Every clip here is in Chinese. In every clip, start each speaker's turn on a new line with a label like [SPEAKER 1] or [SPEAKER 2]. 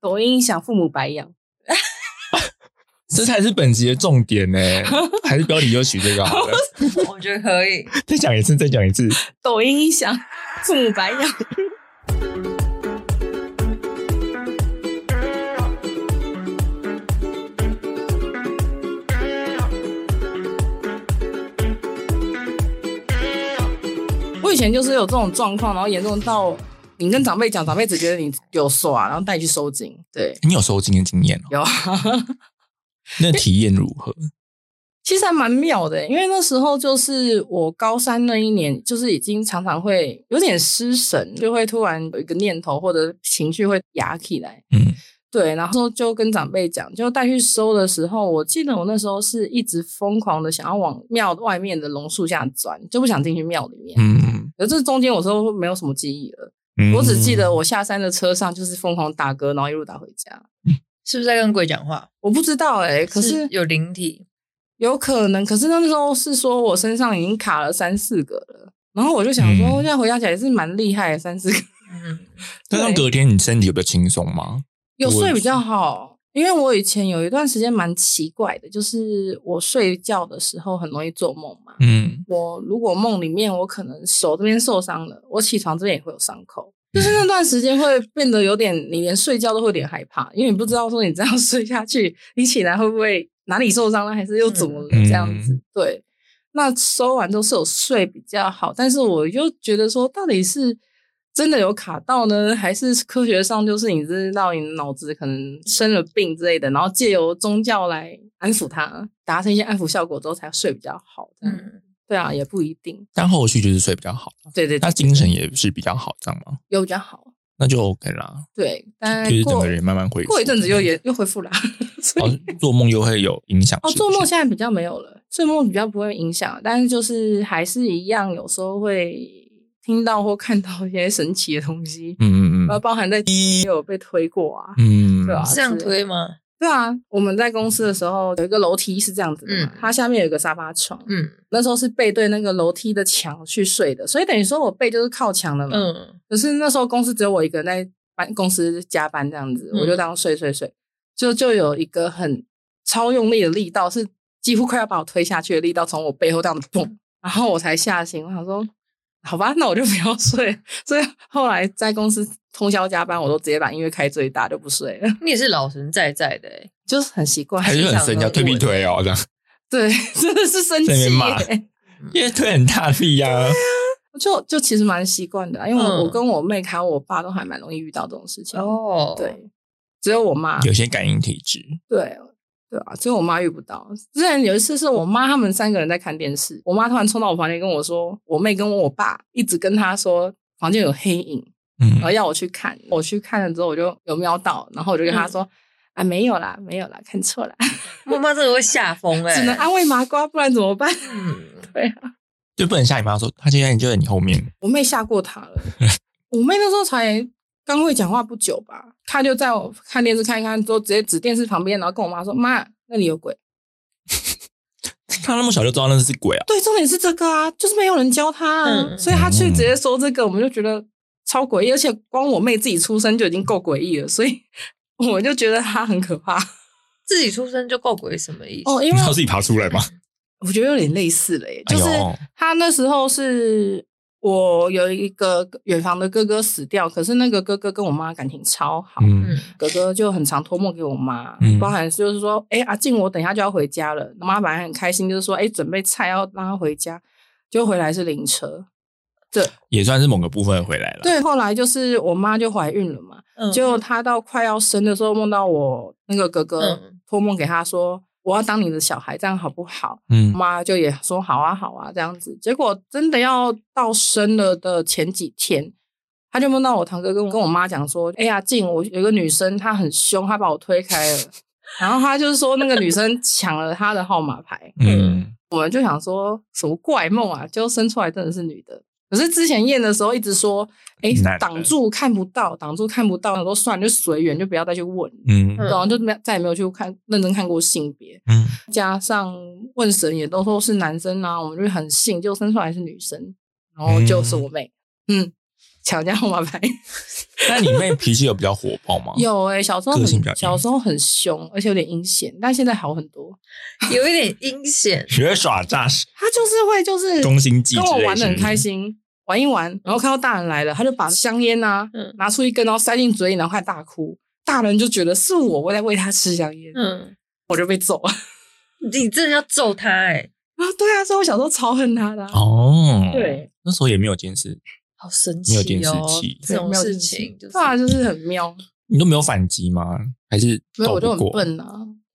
[SPEAKER 1] 抖音想父母白养，
[SPEAKER 2] 这才是本集的重点呢、还是标题就取这个好 了。
[SPEAKER 3] 我觉得可以。
[SPEAKER 2] 再讲一次，再讲一次。
[SPEAKER 1] 抖音一想父母白养。 我以前就是有这种状况，然后严重到你跟长辈讲，长辈只觉得你有耍，然后带你去收紧。对，
[SPEAKER 2] 你有收金的经验哦？
[SPEAKER 1] 有啊。
[SPEAKER 2] 那体验如何？
[SPEAKER 1] 其实还蛮妙的，欸因为那时候就是我高三那一年，就是已经常常会有点失神，就会突然有一个念头或者情绪会压起来。
[SPEAKER 2] 嗯，
[SPEAKER 1] 对，然后就跟长辈讲，就带去收的时候，我记得我那时候是一直疯狂的想要往庙外面的榕树下钻，就不想进去庙里面。
[SPEAKER 2] 嗯
[SPEAKER 1] 可是这中间我都没有什么记忆了，
[SPEAKER 2] 嗯
[SPEAKER 1] 我只记得我下山的车上就是疯狂打嗝，然后一路打回家。
[SPEAKER 3] 是不是在跟鬼讲话？
[SPEAKER 1] 我不知道哎、可是
[SPEAKER 3] 有灵体，
[SPEAKER 1] 有可能，可是那时候是说我身上已经卡了三四个了，然后我就想说，
[SPEAKER 2] 嗯
[SPEAKER 1] 现在回想起来也是蛮厉害的，三四个
[SPEAKER 3] 嗯，
[SPEAKER 2] 但是隔天你身体有比较轻松吗？
[SPEAKER 1] 有睡比较好。因为我以前有一段时间蛮奇怪的，就是我睡觉的时候很容易做梦嘛。
[SPEAKER 2] 嗯，
[SPEAKER 1] 我如果梦里面我可能手这边受伤了，我起床这边也会有伤口，就是那段时间会变得有点，你连睡觉都会有点害怕，因为你不知道说你这样 睡下去，你起来会不会哪里受伤了，还是又怎么了
[SPEAKER 2] 嗯
[SPEAKER 1] 这样子？对，那收完之后是有睡比较好，但是我又觉得说，到底是真的有卡到呢，还是科学上就是你知道你脑子可能生了病之类的，然后借由宗教来安抚它，达成一些安抚效果之后才睡比较好。这样
[SPEAKER 3] 嗯，
[SPEAKER 1] 对啊，也不一定。
[SPEAKER 2] 但后续就是睡比较好，
[SPEAKER 3] 哦
[SPEAKER 1] 对对
[SPEAKER 2] 那
[SPEAKER 1] 对，
[SPEAKER 2] 精神也是比较好，这样吗？
[SPEAKER 1] 有比较好。
[SPEAKER 2] 那就 OK 啦，
[SPEAKER 1] 对，但
[SPEAKER 2] 就是整
[SPEAKER 1] 哎过
[SPEAKER 2] 个人慢慢恢复。
[SPEAKER 1] 过一阵子又也又恢复啦。所以
[SPEAKER 2] 哦，做梦又会有影响。
[SPEAKER 1] 哦，
[SPEAKER 2] 是不是
[SPEAKER 1] 做梦现在比较没有了，做梦比较不会影响，但是就是还是一样，有时候会听到或看到一些神奇的东西，
[SPEAKER 2] 嗯嗯
[SPEAKER 1] 然后
[SPEAKER 2] 嗯
[SPEAKER 1] 包含在也有被推过啊。
[SPEAKER 2] 嗯，
[SPEAKER 1] 呃对啊
[SPEAKER 3] 是这样推吗？
[SPEAKER 1] 对啊，我们在公司的时候有一个楼梯是这样子的嘛，
[SPEAKER 3] 嗯
[SPEAKER 1] 它下面有一个沙发床，
[SPEAKER 3] 嗯
[SPEAKER 1] 那时候是背对那个楼梯的墙去睡的，所以等于说我背就是靠墙的嘛。
[SPEAKER 3] 嗯，
[SPEAKER 1] 可是那时候公司只有我一个人在办公司加班这样子，
[SPEAKER 3] 嗯
[SPEAKER 1] 我就当睡睡睡，就就有一个很超用力的力道，是几乎快要把我推下去的力道，从我背后这样子蹦，然后我才吓醒。我想说，好吧，那我就不要睡。 所以后来在公司通宵加班，我都直接把音乐开最大，就不睡了，
[SPEAKER 3] 你也是老神在在的欸，
[SPEAKER 1] 就是很习惯。
[SPEAKER 2] 还是很生气，要推屁推哦，这样，
[SPEAKER 1] 对， 真的是生
[SPEAKER 2] 在那
[SPEAKER 1] 气
[SPEAKER 2] 边骂
[SPEAKER 1] 耶。
[SPEAKER 2] 因为推很大力啊呀。
[SPEAKER 1] 就就其实蛮习惯的啊、因为我
[SPEAKER 3] 嗯
[SPEAKER 1] 我跟我妹还有我爸都还蛮容易遇到这种事情。
[SPEAKER 3] 哦，
[SPEAKER 1] 对，只有我妈
[SPEAKER 2] 有些感应体质，
[SPEAKER 1] 对对啊，只有我妈遇不到。之前有一次是我妈他们三个人在看电视，我妈突然冲到我房间跟我说，我妹跟我爸一直跟她说房间有黑影，
[SPEAKER 2] 嗯
[SPEAKER 1] 然后要我去看。我去看了之后，我就有瞄到，然后我就跟她说。啊，没有啦，没有啦，看错啦，
[SPEAKER 3] 妈妈真的会吓疯哎，
[SPEAKER 1] 只能啊安慰麻瓜，不然怎么办？
[SPEAKER 3] 嗯，
[SPEAKER 2] 就不能吓你妈说，她现在就在你 后面，
[SPEAKER 1] 我妹吓过她了，我妹那时候才刚会讲话不久吧，她就在我看电视看一看之后，直接指电视旁边，然后跟我妈说：“妈，那里有鬼。”
[SPEAKER 2] 她那么小就知道那是鬼啊。
[SPEAKER 1] 对，重点是这个啊，就是没有人教他啊，
[SPEAKER 3] 嗯
[SPEAKER 1] 所以他去直接说这个，我们就觉得超诡异，而且光我妹自己出生就已经够诡异了，所以 我就觉得她很可怕
[SPEAKER 3] 自己出生就够鬼什么意思？
[SPEAKER 1] 哦。因
[SPEAKER 2] 你
[SPEAKER 1] 为
[SPEAKER 2] 要自己爬出来吗？
[SPEAKER 1] 我觉得有点类似了耶，就是
[SPEAKER 2] 哎呦
[SPEAKER 1] 他那时候是我有一个远房的哥哥死掉，可是那个哥哥跟我妈感情超好，
[SPEAKER 2] 嗯
[SPEAKER 3] 嗯
[SPEAKER 1] 哥哥就很常托梦给我妈，
[SPEAKER 2] 嗯
[SPEAKER 1] 包含就是说，哎、阿静，我等一下就要回家了。妈妈本来很开心，就是说，哎、准备菜要让她回家，就回来是灵车。
[SPEAKER 2] 也算是某个部分回来了。，
[SPEAKER 1] 对，后来就是我妈就怀孕了嘛，
[SPEAKER 3] 嗯，
[SPEAKER 1] 结果她到快要生的时候，梦到我那个哥哥
[SPEAKER 3] 嗯
[SPEAKER 1] 托梦给她说，我要当你的小孩，这样好不好？
[SPEAKER 2] 嗯
[SPEAKER 1] 我妈就也说好啊，好啊，这样子。结果真的要到生了的前几天，她就梦到我堂哥跟我跟我妈讲说：“哎呀，静，我有个女生，她很凶，她把我推开了。” 然后她就是说那个女生抢了她的号码牌。
[SPEAKER 2] 嗯，
[SPEAKER 1] 我们就想说什么怪梦啊，就生出来真的是女的。可是之前验的时候一直说，哎、
[SPEAKER 2] 嗯男的
[SPEAKER 1] 挡住看不到，挡住看不到，我说算了，就随缘，就不要再去问。
[SPEAKER 2] 嗯
[SPEAKER 3] 嗯
[SPEAKER 1] 然后就没有再也没有去看认真看过性别，
[SPEAKER 2] 嗯，
[SPEAKER 1] 加上问神也都说是男生啊，我们就很信，就生出来是女生，然后就是我妹。嗯抢人家号码牌。
[SPEAKER 2] 那你妹脾气有比较火爆吗？
[SPEAKER 1] 有哎、小时候
[SPEAKER 2] 哦个性比较
[SPEAKER 1] 很
[SPEAKER 2] 硬
[SPEAKER 1] 小时候很凶，而且有点阴险，但现在好很多。
[SPEAKER 3] 有一点阴险，
[SPEAKER 2] 学耍诈是
[SPEAKER 1] 他就是会就是
[SPEAKER 2] 中心计之
[SPEAKER 1] 跟
[SPEAKER 2] 类
[SPEAKER 1] 我玩的很
[SPEAKER 2] 是不是
[SPEAKER 1] 开心，玩一玩，然后看到大人来了，他就把香烟啊、
[SPEAKER 3] 嗯
[SPEAKER 1] 拿出一根，然后塞进嘴里，然后开始大哭。大人就觉得是我我在喂他吃香烟，
[SPEAKER 3] 嗯，
[SPEAKER 1] 我就被揍 了
[SPEAKER 3] 你真的要揍他哎、
[SPEAKER 1] 啊！对啊，所以我小时候超恨他的啊、
[SPEAKER 2] 哦，
[SPEAKER 1] 对，
[SPEAKER 2] 那时候也没有监视，
[SPEAKER 3] 好神
[SPEAKER 2] 没有
[SPEAKER 3] 奇
[SPEAKER 2] 电视
[SPEAKER 3] 哦
[SPEAKER 2] 器，
[SPEAKER 3] 这种
[SPEAKER 1] 对
[SPEAKER 3] 事情就是
[SPEAKER 1] 对啊，就是很妙。
[SPEAKER 2] 你都没有反击吗？还是
[SPEAKER 1] 所以我就
[SPEAKER 2] 斗
[SPEAKER 1] 很
[SPEAKER 2] 不过？
[SPEAKER 1] 笨啊，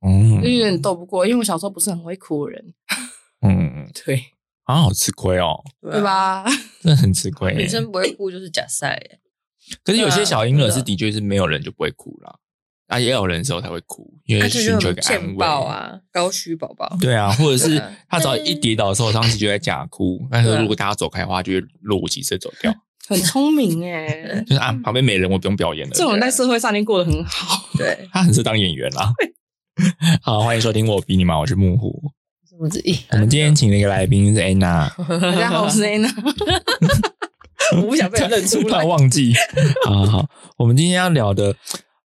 [SPEAKER 2] 嗯
[SPEAKER 1] 就有点斗不过，因为我小时候不是很会哭的人，
[SPEAKER 2] 嗯，
[SPEAKER 1] 对
[SPEAKER 2] 啊，好吃亏哦，
[SPEAKER 1] 对？吧？
[SPEAKER 2] 真的很吃亏耶。
[SPEAKER 3] 女生不会哭就是假赛哎，
[SPEAKER 2] 可是有些小婴儿是
[SPEAKER 3] 真
[SPEAKER 2] 的
[SPEAKER 3] 的
[SPEAKER 2] 确是没有人就不会哭啦，啊，也有人的时候才会哭，因
[SPEAKER 1] 啊
[SPEAKER 3] 他
[SPEAKER 2] 为
[SPEAKER 3] 就
[SPEAKER 2] 哎寻
[SPEAKER 3] 是
[SPEAKER 2] 求一
[SPEAKER 3] 很
[SPEAKER 2] 个
[SPEAKER 3] 健
[SPEAKER 2] 安
[SPEAKER 3] 宝
[SPEAKER 2] 慰。
[SPEAKER 3] 啊，高虚宝宝，
[SPEAKER 2] 对啊，或者
[SPEAKER 3] 对
[SPEAKER 2] 是
[SPEAKER 3] 啊
[SPEAKER 2] 他只要一跌倒的时候，当时就在假哭。但是
[SPEAKER 3] 对啊
[SPEAKER 2] 如果大家走开的话，就会若无其事地走掉。
[SPEAKER 1] 很聪明 哎、
[SPEAKER 2] 就是啊，旁边没人，我不用表演了
[SPEAKER 1] 这。种人在社会上已经过得很好。
[SPEAKER 3] 对，
[SPEAKER 2] 他很适合当演员啦。好，欢迎收听我比你忙，我是木虎。
[SPEAKER 3] 什么之一？
[SPEAKER 2] 我们今天请了一个来宾是 Anna，
[SPEAKER 1] 大家好，我是 Anna，我 不想被人认出
[SPEAKER 2] 突然
[SPEAKER 1] 来。
[SPEAKER 2] 忘记。 好好好，我们今天要聊的，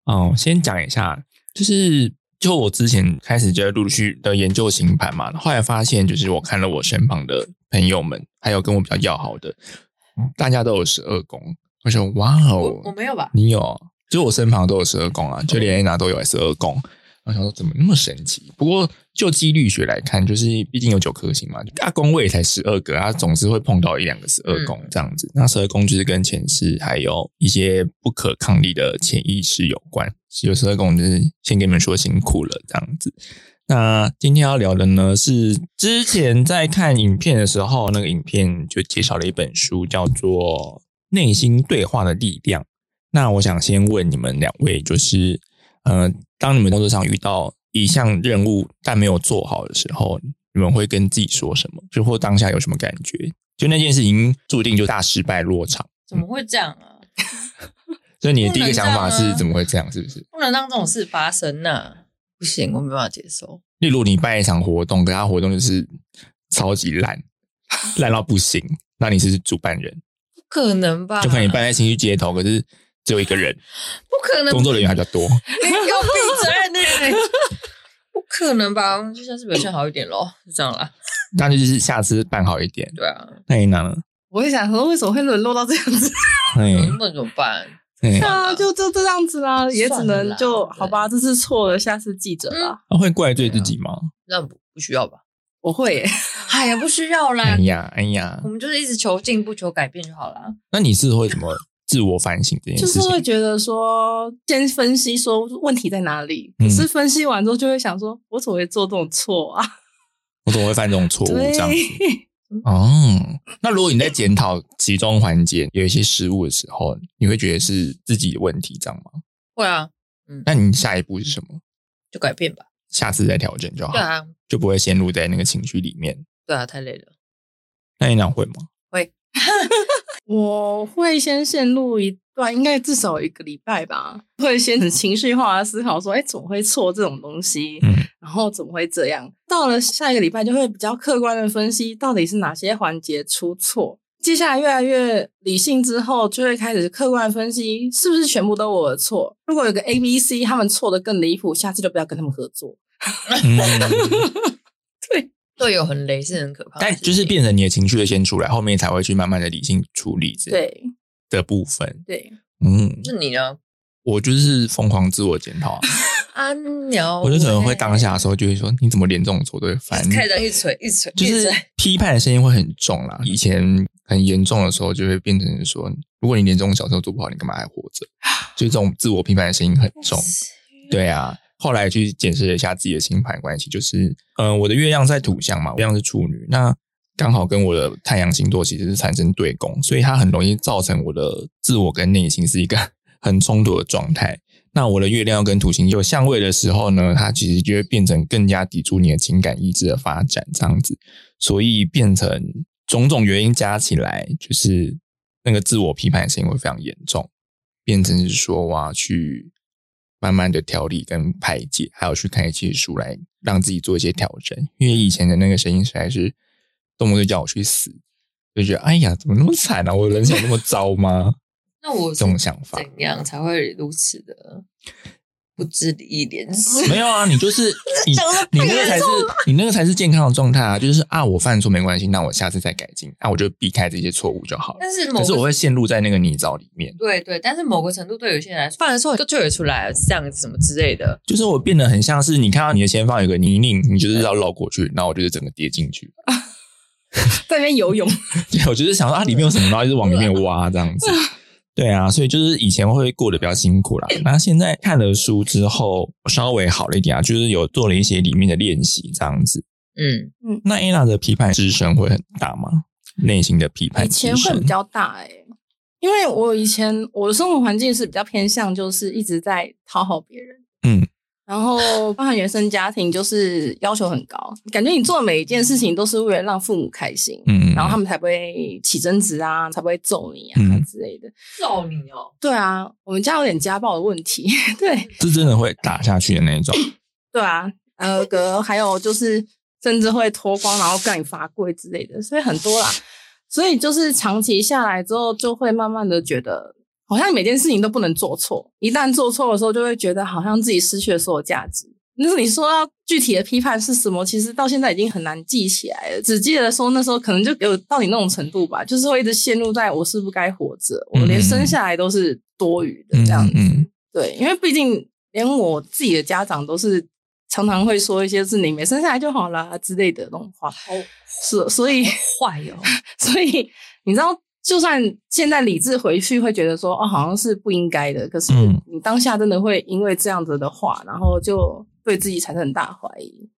[SPEAKER 2] 哦，先讲一下，就是就我之前开始就在陆陆续续的研究星盘嘛，后来发现就是我看了我身旁的朋友们，还有跟我比较要好的，大家都有十二宫，我说哇
[SPEAKER 3] 我我
[SPEAKER 2] 哦，
[SPEAKER 3] 没有吧？
[SPEAKER 2] 你有，就我身旁都有十二宫啊，就连 Anna 都有十二宫。我想说怎么那么神奇？不过就几率学来看，就是毕竟有九颗星嘛，大宫位才十二个，它总是会碰到一两个十二宫这样子。那十二宫就是跟前世还有一些不可抗力的潜意识有关。有十二宫就是先跟你们说辛苦了这样子。那今天要聊的呢是之前在看影片的时候，那个影片就介绍了一本书，叫做《内心对话的力量》。那我想先问你们两位，就是呃，当你们工作上遇到一项任务但没有做好的时候，你们会跟自己说什么？就或当下有什么感觉？就那件事已经注定就大失败落场，
[SPEAKER 3] 怎么会这样啊？
[SPEAKER 2] 所以你的第一个想法
[SPEAKER 3] 不能这样
[SPEAKER 2] 是
[SPEAKER 3] 啊
[SPEAKER 2] 怎么会这样？是不是？
[SPEAKER 3] 不能让这种事发生呐、不行，我没办法接受。
[SPEAKER 2] 例如你办一场活动，可他活动就是超级烂，烂到不行，那你是主办人，
[SPEAKER 3] 不可能吧？
[SPEAKER 2] 就看你办在新区街头，可是只有一个人，
[SPEAKER 3] 不可能，
[SPEAKER 2] 工作人员还比较 多。
[SPEAKER 3] 你给我 闭嘴呢！不可能吧？我们就下次表现好一点咯，就这样啦。
[SPEAKER 2] 那就是下次办好一点。哎
[SPEAKER 3] 对啊，
[SPEAKER 2] 那你拿呢？
[SPEAKER 1] 我会想说，为什么会沦落到这样子？
[SPEAKER 2] 嗯
[SPEAKER 3] 那怎么办？
[SPEAKER 2] 嗯
[SPEAKER 1] 对，啊，就就这样子啦，也只
[SPEAKER 3] 算了
[SPEAKER 1] 能
[SPEAKER 3] 啦
[SPEAKER 1] 就
[SPEAKER 3] 对嗯
[SPEAKER 1] 好吧，这次错了，下次记着啦。
[SPEAKER 2] 啊会怪罪自己吗？
[SPEAKER 3] 那不不需要吧？
[SPEAKER 1] 我会耶，
[SPEAKER 3] 哎呀，不需要啦
[SPEAKER 2] 哎。呀，哎呀
[SPEAKER 3] 我，们就是一直求进步、求改变就好啦。
[SPEAKER 2] 那你是会怎么自我反省这 件
[SPEAKER 1] 就
[SPEAKER 2] 事
[SPEAKER 1] 是会
[SPEAKER 2] 情？
[SPEAKER 1] 觉得说，先分析说问题在哪里，
[SPEAKER 2] 嗯
[SPEAKER 1] 可是分析完之后就会想说，我怎么会做这种错啊？
[SPEAKER 2] 我怎么会犯这种错误
[SPEAKER 1] 对
[SPEAKER 2] 这样子？哦，那如果你在检讨其中环节有一些失误的时候，你会觉得是自己的问题，这样吗？
[SPEAKER 3] 会啊，
[SPEAKER 2] 那你下一步是什么？
[SPEAKER 3] 就改变吧。
[SPEAKER 2] 下次再调整就好
[SPEAKER 3] 对，啊，
[SPEAKER 2] 就不会陷入在那个情绪里面。
[SPEAKER 3] 对啊，太累了。
[SPEAKER 2] 那你俩会 吗？
[SPEAKER 1] 我会先陷入一段，应该至少有一个礼拜吧，会先很情绪化的思考说，哎，怎么会错这种东西？
[SPEAKER 2] 嗯
[SPEAKER 1] 然后怎么会这样？到了下一个礼拜，就会比较客观的分析到底是哪些环节出错。接下来越来越理性之后，就会开始客观地分析，是不是全部都我的错？如果有个 A、B、C，他们错的更离谱，下次就不要跟他们合作。
[SPEAKER 2] 嗯，
[SPEAKER 3] 队友很雷是很可怕的事
[SPEAKER 2] 但
[SPEAKER 3] 情，
[SPEAKER 2] 就是变成你的情绪会先出来，后面才会去慢慢的理性处理这
[SPEAKER 1] 对
[SPEAKER 2] 的部分。
[SPEAKER 1] 对，
[SPEAKER 2] 嗯，
[SPEAKER 3] 是你呢？
[SPEAKER 2] 我就是疯狂自我检讨啊。
[SPEAKER 3] 安鸟，
[SPEAKER 2] 我就可能会当下的时候就会说，你怎么连这种错都会犯？
[SPEAKER 3] 开始这样一直锤一直锤，
[SPEAKER 2] 就
[SPEAKER 3] 一直
[SPEAKER 2] 是
[SPEAKER 3] 锤
[SPEAKER 2] 批判的声音会很重啦。以前很严重的时候，就会变成说，如果你连这种小事都做不好，你干嘛还活着？就这种自我批判的声音很重。对啊，后来去检视了一下自己的星盘关系，就是，嗯、我的月亮在土象嘛，月亮是处女，那刚好跟我的太阳星座其实是产生对宫，所以它很容易造成我的自我跟内心是一个 很冲突的状态。那我的月亮跟土星有相位的时候呢，它其实就会变成更加抵触你的情感意志的发展这样子，所以变成种种原因加起来，就是那个自我批判的声音会非常严重，变成是说我要去慢慢的调理跟排解，还有去看一些书来让自己做一些调整，因为以前的那个声音实在是动不动就叫我去死，就觉得哎呀怎么那么惨啊，我人生有那么糟吗？
[SPEAKER 3] 那我
[SPEAKER 2] 这种想法。
[SPEAKER 3] 怎样才会如此的不知一连 事？
[SPEAKER 2] 没有啊，你就是你
[SPEAKER 3] 讲得太
[SPEAKER 2] 你那个才是你那个才是健康的状态啊！就是啊，我犯错没关系，那我下次再改进，那、我就避开这些错误就好了。
[SPEAKER 3] 但是某
[SPEAKER 2] 可是我
[SPEAKER 3] 个
[SPEAKER 2] 会陷入在那个泥沼里面，
[SPEAKER 3] 对对，但是某个程度对有些人来说，犯了错就就也出来了，这样子什么之类的。
[SPEAKER 2] 就是我变得很像是你看到你的前方有个泥泞，你就是要绕过去，然后我就是整个跌进去。
[SPEAKER 1] 在那边游泳，
[SPEAKER 2] 对，我就是想说啊，里面有什么，然后就是往里面挖这样子。对 啊，所以就是以前会过得比较辛苦啦。那现在看了书之后，稍微好了一点啊，就是有做了一些里面的练习这样子。
[SPEAKER 3] 嗯，
[SPEAKER 2] 那 Anna 的批判之声会很大吗？内心的批判
[SPEAKER 1] 以
[SPEAKER 2] 之
[SPEAKER 1] 前
[SPEAKER 2] 声
[SPEAKER 1] 会比较大哎、因为我以前我的生活环境是比较偏向，就是一直在讨好别人，
[SPEAKER 2] 嗯，
[SPEAKER 1] 然后包含原生家庭就是要求很高，感觉你做的每一件事情都是为了让父母开心，
[SPEAKER 2] 嗯，
[SPEAKER 1] 然后他们才不会起争执啊，才不会揍你啊、
[SPEAKER 2] 嗯
[SPEAKER 1] 之类的。
[SPEAKER 3] 揍你哦！
[SPEAKER 1] 对啊，我们家有点家暴的问题， 对
[SPEAKER 2] 嗯是真的会打下去的那一种。
[SPEAKER 1] 对啊，呃，格还有就是甚至会脱光然后干你罚跪之类的，所以很多啦。所以就是长期下来之后，就会慢慢的觉得，好像每件事情都不能做错。一旦做错的时候，就会觉得好像自己失去了所有价值。那你说要具体的批判是什么？其实到现在已经很难记起来了，只记得说那时候可能就有到你那种程度吧，就是会一直陷入在我是不该活着，我连生下来都是多余的 这样子。
[SPEAKER 2] 嗯嗯嗯
[SPEAKER 1] 对，因为毕竟连我自己的家长都是常常会说一些是你没生下来就好啦之类的那种话，
[SPEAKER 3] 好
[SPEAKER 1] 所所以。
[SPEAKER 3] 坏 哦！
[SPEAKER 1] 所以你知道，就算现在理智回去会觉得说，哦，好像是不应该的，可是
[SPEAKER 2] 嗯
[SPEAKER 1] 你当下真的会因为这样子的话，然后就对自己产生很大怀疑。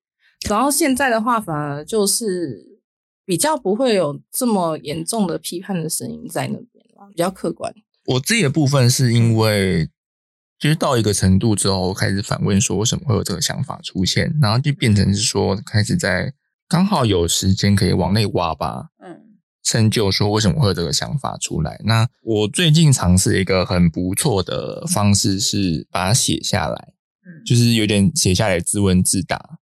[SPEAKER 1] 然后现在的话，反而就是比较不会有这么严重的批判的声音在那边了，比较客观。
[SPEAKER 2] 我自己的部分是因为，就是到一个程度之后，开始反问说为什么会有这个想法出现，然后就变成是说开始在刚好有时间可以往内挖吧，
[SPEAKER 3] 嗯，
[SPEAKER 2] 深究说为什么会有这个想法出来。那我最近尝试一个很不错的方式是把它写下来，
[SPEAKER 3] 嗯
[SPEAKER 2] 就是有点写下来自问自答。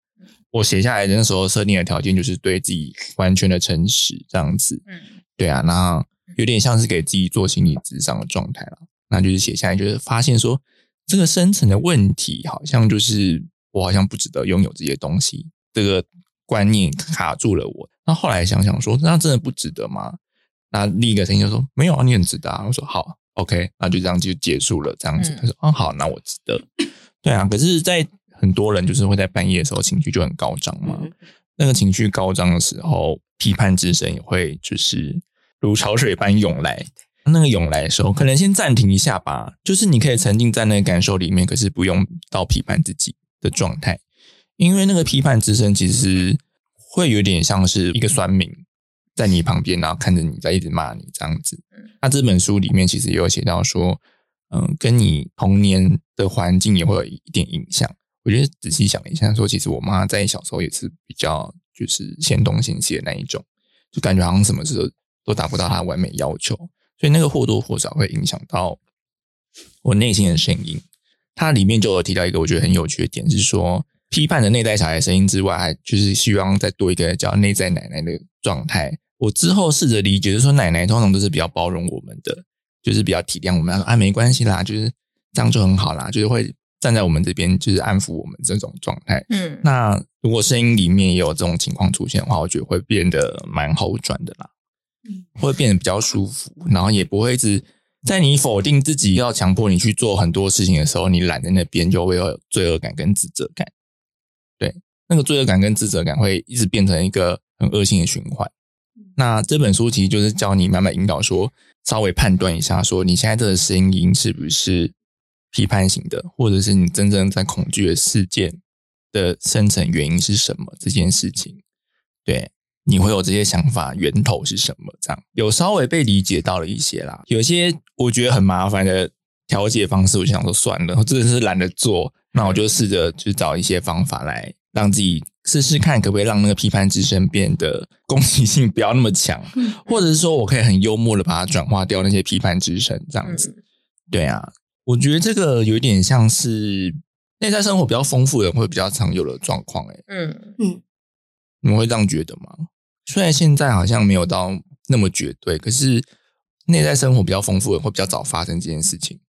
[SPEAKER 2] 我写下来的那时候设定的条件就是对自己完全的诚实这样子，
[SPEAKER 3] 嗯
[SPEAKER 2] 对啊，那有点像是给自己做心理智商的状态了。那就是写下来，就是发现说这个深层的问题，好像就是我好像不值得拥有这些东西，这个观念卡住了我。那后来想想说，那真的不值得吗？那另一个声音就说没有啊，你很值得啊。我说好，OK，那就这样就结束了，这样子。
[SPEAKER 3] 嗯
[SPEAKER 2] 他说啊好，那我值得。对啊，可是，在很多人就是会在半夜的时候情绪就很高涨嘛，
[SPEAKER 1] 嗯
[SPEAKER 2] 那个情绪高涨的时候，批判之声也会就是如潮水般涌来。那个涌来的时候，可能先暂停一下吧，就是你可以沉浸在那个感受里面，可是不用到批判自己的状态，因为那个批判之声其实会有点像是一个酸民在你旁边，然后看着你在一直骂你这样子。那这本书里面其实也有写到说，嗯，跟你童年的环境也会有一点影响。我觉得仔细想了一下说其实我妈在小时候也是比较就是嫌东嫌西的那一种，就感觉好像什么事都都达不到她的完美要求，所以那个或多或少会影响到我内心的声音。它里面就有提到一个我觉得很有趣的点是说，批判的内在小孩声音之外，还就是希望再多一个叫内在奶奶的状态。我之后试着理解，就是说奶奶通常都是比较包容我们的，就是比较体谅我们，她说啊没关系啦，就是这样就很好啦，就是会站在我们这边，就是安抚我们这种状态。
[SPEAKER 3] 嗯，
[SPEAKER 2] 那如果声音里面也有这种情况出现的话，我觉得会变得蛮好转的啦，
[SPEAKER 1] 嗯
[SPEAKER 2] 会变得比较舒服，然后也不会一直在你否定自己要强迫你去做很多事情的时候，你懒在那边就会有罪恶感跟自责感。对，那个罪恶感跟自责感会一直变成一个很恶性的循环。那这本书其实就是教你慢慢引导说，稍微判断一下，说你现在这个声音是不是批判型的，或者是你真正在恐惧的事件的深层原因是什么？这件事情，对，你会有这些想法源头是什么？这样有稍微被理解到了一些啦，有些我觉得很麻烦的调解方式，我就想说算了，我真的是懒得做，那我就试着去找一些方法来让自己试试看，可不可以让那个批判之声变得攻击性不要那么强，或者是说我可以很幽默的把它转化掉那些批判之声，这样子。对啊，我觉得这个有点像是内在生活比较丰富的人会比较常有的状况、欸，
[SPEAKER 3] 嗯
[SPEAKER 2] 你们会这样觉得吗？虽然现在好像没有到那么绝对，可是内在生活比较丰富的人会比较早发生这件事情。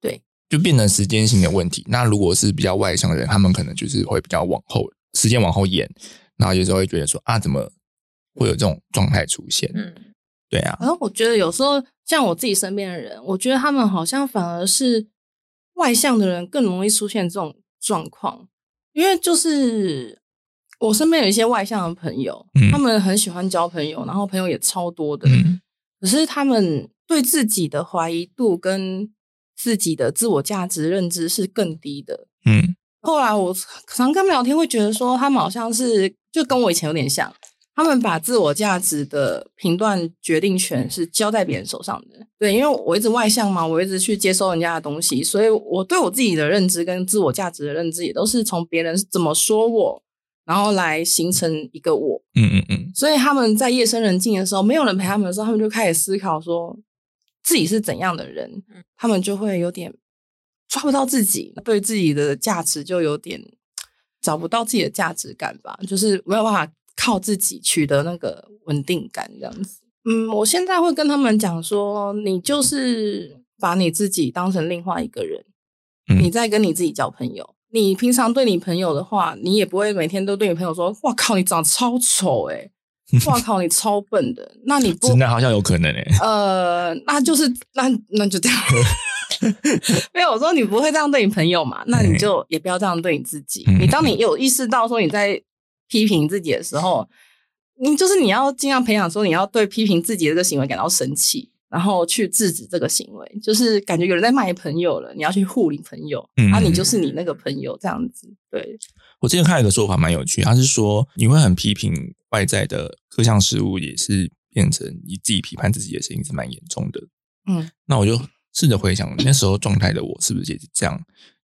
[SPEAKER 1] 对，
[SPEAKER 2] 就变成时间性的问题。那如果是比较外向的人，他们可能就是会比较往后，时间往后延，然后有时候会觉得说啊，怎么会有这种状态出现？
[SPEAKER 3] 嗯，
[SPEAKER 2] 对啊，
[SPEAKER 1] 然后我觉得有时候像我自己身边的人，我觉得他们好像反而是外向的人更容易出现这种状况，因为就是我身边有一些外向的朋友，
[SPEAKER 2] 嗯
[SPEAKER 1] 他们很喜欢交朋友，然后朋友也超多的，
[SPEAKER 2] 嗯
[SPEAKER 1] 可是他们对自己的怀疑度跟自己的自我价值认知是更低的。
[SPEAKER 2] 嗯
[SPEAKER 1] 后来我常跟他们聊天，会觉得说他们好像是就跟我以前有点像，他们把自我价值的评断决定权是交在别人手上的。对，因为我一直外向嘛，我一直去接收人家的东西，所以我对我自己的认知跟自我价值的认知也都是从别人怎么说我，然后来形成一个我。
[SPEAKER 2] 嗯嗯嗯，
[SPEAKER 1] 所以他们在夜深人静的时候，没有人陪他们的时候，他们就开始思考说自己是怎样的人，他们就会有点抓不到自己，对自己的价值就有点找不到自己的价值感吧，就是没有办法靠自己取得那个稳定感这样子。嗯，我现在会跟他们讲说，你就是把你自己当成另外一个人，
[SPEAKER 2] 嗯
[SPEAKER 1] 你在跟你自己交朋友。你平常对你朋友的话，你也不会每天都对你朋友说：“哇靠，你长得超丑诶、哇靠，你超笨的。”那你不
[SPEAKER 2] 真的好像有可能欸诶、
[SPEAKER 1] 呃，那就是那那就这 样。没有，我说你不会这样对你朋友嘛？那你就也不要这样对你自己。
[SPEAKER 2] 嗯
[SPEAKER 1] 你当你有意识到说你在批评自己的时候，你就是你要尽量培养说你要对批评自己的这个行为感到生气，然后去制止这个行为。就是感觉有人在骂你朋友了，你要去护你朋友，
[SPEAKER 2] 嗯
[SPEAKER 1] 啊，你就是你那个朋友这样子。对，
[SPEAKER 2] 我之前看到一个说法蛮有趣，他是说你会很批评外在的各项事物，也是变成你自己批判自己的事情是蛮严重的。
[SPEAKER 1] 嗯，
[SPEAKER 2] 那我就试着回想那时候状态的我是不是也是这样？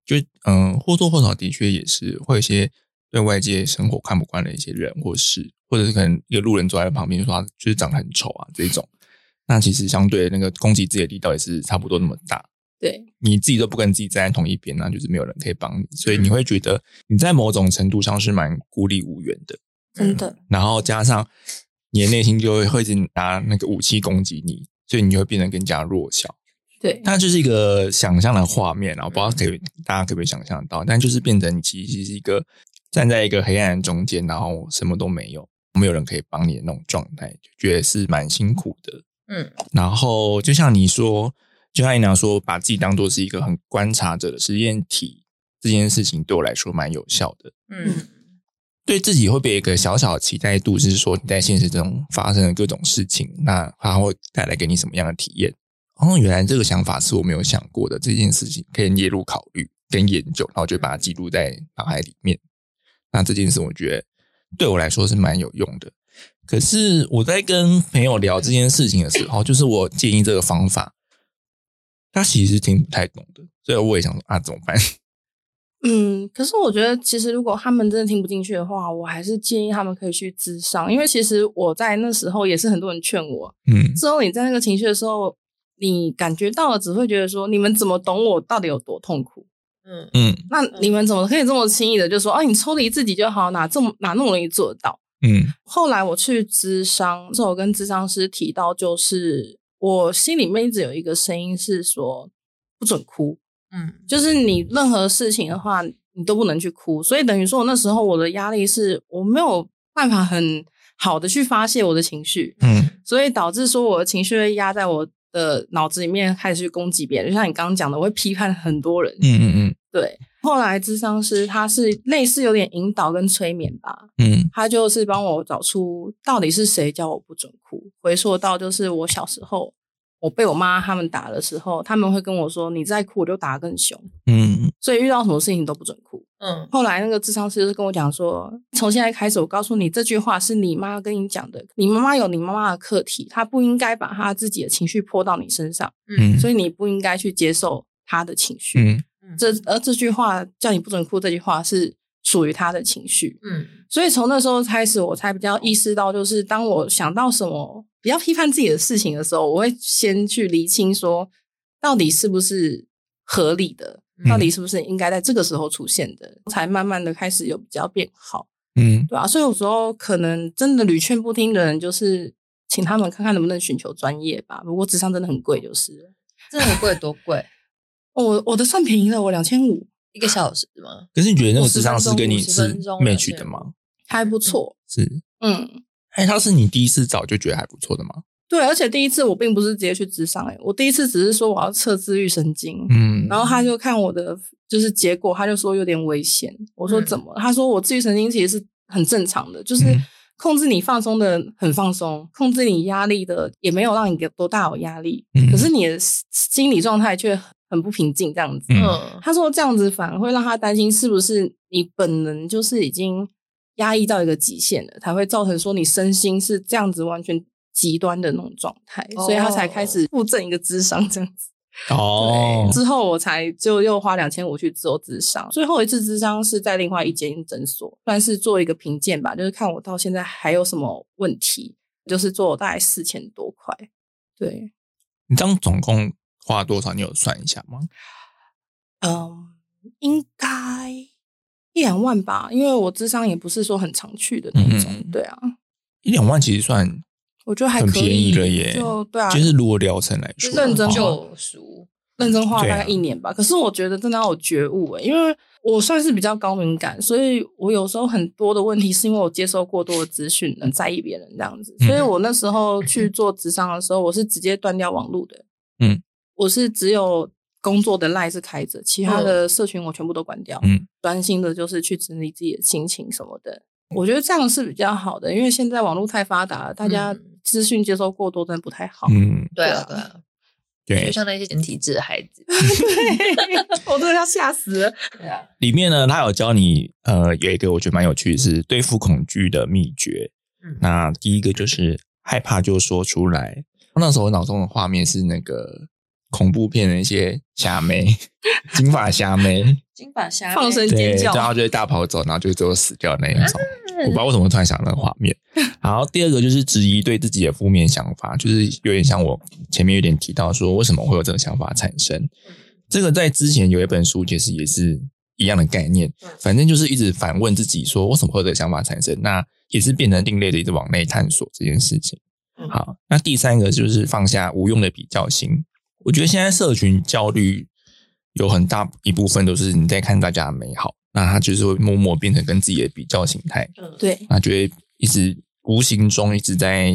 [SPEAKER 2] 就嗯、或多或少的确也是会有一些对外界生活看不惯的一些人或事，或者是可能一个路人坐在旁边就说他就是长得很丑啊这种。那其实相对那个攻击自己的力道也是差不多那么大。
[SPEAKER 1] 对，
[SPEAKER 2] 你自己都不跟自己站在同一边，那就是没有人可以帮你，所以你会觉得你在某种程度上是蛮孤立无援的。
[SPEAKER 3] 嗯
[SPEAKER 1] 真的，
[SPEAKER 2] 然后加上你的内心就会会一直拿那个武器攻击你，所以你就会变得更加弱小。
[SPEAKER 1] 对，
[SPEAKER 2] 它就是一个想象的画面啊，我不知道可以大家可不可以想象得到，但就是变成你其实是一个站在一个黑暗中间，然后什么都没有，没有人可以帮你的那种状态，就觉得是蛮辛苦的。
[SPEAKER 3] 嗯，
[SPEAKER 2] 然后就像你说，就像你俩说，把自己当做是一个很观察者的实验体，这件事情对我来说蛮有效的。
[SPEAKER 3] 嗯，
[SPEAKER 2] 对自己会不会有一个小小的期待度，是说你在现实中发生的各种事情，那它会带来给你什么样的体验？哦，原来这个想法是我没有想过的，这件事情可以列入考虑跟研究，然后就把它记录在脑海里面。那这件事，我觉得对我来说是蛮有用的。可是我在跟朋友聊这件事情的时候，哦就是我建议这个方法，他其实听不太懂的，所以我也想说啊，怎么办？
[SPEAKER 1] 嗯，可是我觉得，其实如果他们真的听不进去的话，我还是建议他们可以去咨商，因为其实我在那时候也是很多人劝我，
[SPEAKER 2] 嗯
[SPEAKER 1] 之后你在那个情绪的时候，你感觉到了，只会觉得说，你们怎么懂我到底有多痛苦？
[SPEAKER 3] 嗯，
[SPEAKER 2] 嗯
[SPEAKER 1] 那你们怎么可以这么轻易的就说，啊，你抽离自己就好，哪这么哪那么容易做得到？
[SPEAKER 2] 嗯
[SPEAKER 1] 后来我去咨商，之后我跟咨商师提到，就是我心里面一直有一个声音是说，不准哭。
[SPEAKER 3] 嗯，
[SPEAKER 1] 就是你任何事情的话，你都不能去哭。所以等于说，我那时候我的压力是我没有办法很好的去发泄我的情绪，
[SPEAKER 2] 嗯
[SPEAKER 1] 所以导致说我的情绪会压在我的脑子里面，开始去攻击别人。就像你刚刚讲的，我会批判很多人。
[SPEAKER 2] 嗯嗯
[SPEAKER 1] 对，后来智商师他是类似有点引导跟催眠吧，
[SPEAKER 2] 嗯
[SPEAKER 1] 他就是帮我找出到底是谁教我不准哭。回溯到就是我小时候，我被我妈他们打的时候，他们会跟我说：“你再哭我就打得更凶。
[SPEAKER 2] 嗯”
[SPEAKER 1] 所以遇到什么事情都不准哭。
[SPEAKER 3] 嗯，
[SPEAKER 1] 后来那个智商师就是跟我讲说：“从现在开始，我告诉你这句话是你妈跟你讲的。你妈妈有你妈妈的课题，她不应该把她自己的情绪泼到你身上，
[SPEAKER 2] 嗯，
[SPEAKER 1] 所以你不应该去接受她的情绪。
[SPEAKER 2] 嗯
[SPEAKER 1] 这而这句话叫你不准哭，这句话是属于她的情绪。
[SPEAKER 3] 嗯，
[SPEAKER 1] 所以从那时候开始，我才比较意识到，就是当我想到什么比较批判自己的事情的时候，我会先去厘清说，到底是不是合理的，
[SPEAKER 3] 嗯
[SPEAKER 1] 到底是不是应该在这个时候出现的，才慢慢的开始有比较变好，
[SPEAKER 2] 嗯
[SPEAKER 1] 对啊，所以有时候可能真的屡劝不听的人，就是请他们看看能不能寻求专业吧。不过智商真的很贵，就是了
[SPEAKER 3] 这很贵多贵？
[SPEAKER 1] 哦我我的算便宜了，我两千五
[SPEAKER 3] 一个小时吗？
[SPEAKER 2] 可是你觉得那个
[SPEAKER 3] 50
[SPEAKER 2] 智商是
[SPEAKER 3] 分钟
[SPEAKER 2] 跟你
[SPEAKER 3] 50
[SPEAKER 2] 是
[SPEAKER 3] 分钟
[SPEAKER 2] match
[SPEAKER 3] 了
[SPEAKER 2] 的吗？
[SPEAKER 1] 还不错。
[SPEAKER 2] 是，
[SPEAKER 1] 嗯，
[SPEAKER 2] 哎，他是你第一次找就觉得还不错的吗？
[SPEAKER 1] 对，而且第一次我并不是直接去智商、欸，我第一次只是说我要测自律神经，
[SPEAKER 2] 嗯，
[SPEAKER 1] 然后他就看我的就是结果，他就说有点危险。我说
[SPEAKER 3] 嗯
[SPEAKER 1] 怎么了？他说我自律神经其实是很正常的，就是
[SPEAKER 2] 嗯
[SPEAKER 1] 控制你放松的很放松，控制你压力的也没有让你有多大有压力，
[SPEAKER 2] 嗯
[SPEAKER 1] 可是你的心理状态却很不平静这样子。
[SPEAKER 2] 嗯
[SPEAKER 3] 嗯，
[SPEAKER 1] 他说这样子反而会让他担心，是不是你本能就是已经压抑到一个极限了，才会造成说你身心是这样子完全极端的那种状态，所以他才开始附赠一个智商这样子。
[SPEAKER 2] 哦
[SPEAKER 1] 对，，之后我才就又花两千五去做智商，最后一次智商是在另外一间诊所，算是做一个评鉴吧，就是看我到现在还有什么问题，就是做了大概四千多块。对，
[SPEAKER 2] 你这样总共花多少？你有算一下吗？
[SPEAKER 1] 嗯，应该一两万吧，因为我智商也不是说很常去的那种。
[SPEAKER 2] 嗯
[SPEAKER 1] 对啊，
[SPEAKER 2] 一两万其实算
[SPEAKER 1] 我觉得还
[SPEAKER 2] 很
[SPEAKER 1] 可以，
[SPEAKER 2] 便宜了耶
[SPEAKER 1] 就对啊，
[SPEAKER 2] 就是如果疗程来说的话，
[SPEAKER 1] 认真花
[SPEAKER 3] 救赎，
[SPEAKER 1] 认真花了大概
[SPEAKER 2] 对啊
[SPEAKER 1] 一年吧。可是我觉得真的要有觉悟、欸，因为我算是比较高敏感，所以我有时候很多的问题是因为我接收过多的资讯，很在意别人这样子。
[SPEAKER 2] 嗯
[SPEAKER 1] 所以我那时候去做职商的时候，我是直接断掉网络的。
[SPEAKER 2] 嗯，
[SPEAKER 1] 我是只有工作的 line 是开着，其他的社群我全部都关掉。
[SPEAKER 2] 哦嗯，
[SPEAKER 1] 专心的就是去整理自己的心情什么的。我觉得这样是比较好的，因为现在网络太发达了，大家
[SPEAKER 3] 嗯
[SPEAKER 1] 资讯接收过多真的不太好。
[SPEAKER 2] 嗯，
[SPEAKER 3] 对啊
[SPEAKER 1] 对
[SPEAKER 3] 对啊，
[SPEAKER 2] 对
[SPEAKER 3] 就，像那些简体字的孩子，
[SPEAKER 1] 我真的要吓死了。
[SPEAKER 3] 对啊，
[SPEAKER 2] 里面呢，他有教你呃，有一个我觉得蛮有趣的是对付恐惧的秘诀。
[SPEAKER 3] 嗯
[SPEAKER 2] 那第一个就是害怕就说出来。那时候我脑中的画面是那个恐怖片的一些虾妹， 金发虾妹，
[SPEAKER 3] 金发虾嗯妹
[SPEAKER 1] 放声
[SPEAKER 2] 对，
[SPEAKER 1] 尖叫
[SPEAKER 2] 然后就会大跑走，然后就最后死掉那一种。
[SPEAKER 3] 啊
[SPEAKER 2] 我不知道为什么突然想到那个画 面。然后第二个就是质疑对自己的负面想法，就是有点像我前面有点提到说，为什么会有这个想法产生？这个在之前有一本书其实也是一样的概念
[SPEAKER 3] 嗯，
[SPEAKER 2] 反正就是一直反问自己说，为什么会有这个想法产生？那也是变成另类的一直往内探索这件事情。
[SPEAKER 3] 嗯
[SPEAKER 2] 好，那第三个就是放下无用的比较心。我觉得现在社群焦虑有很大一部分都是你在看大家的美好，那他就是会默默变成跟自己的比较心态。
[SPEAKER 3] 嗯，
[SPEAKER 1] 对，
[SPEAKER 2] 那就会一直无形中一直在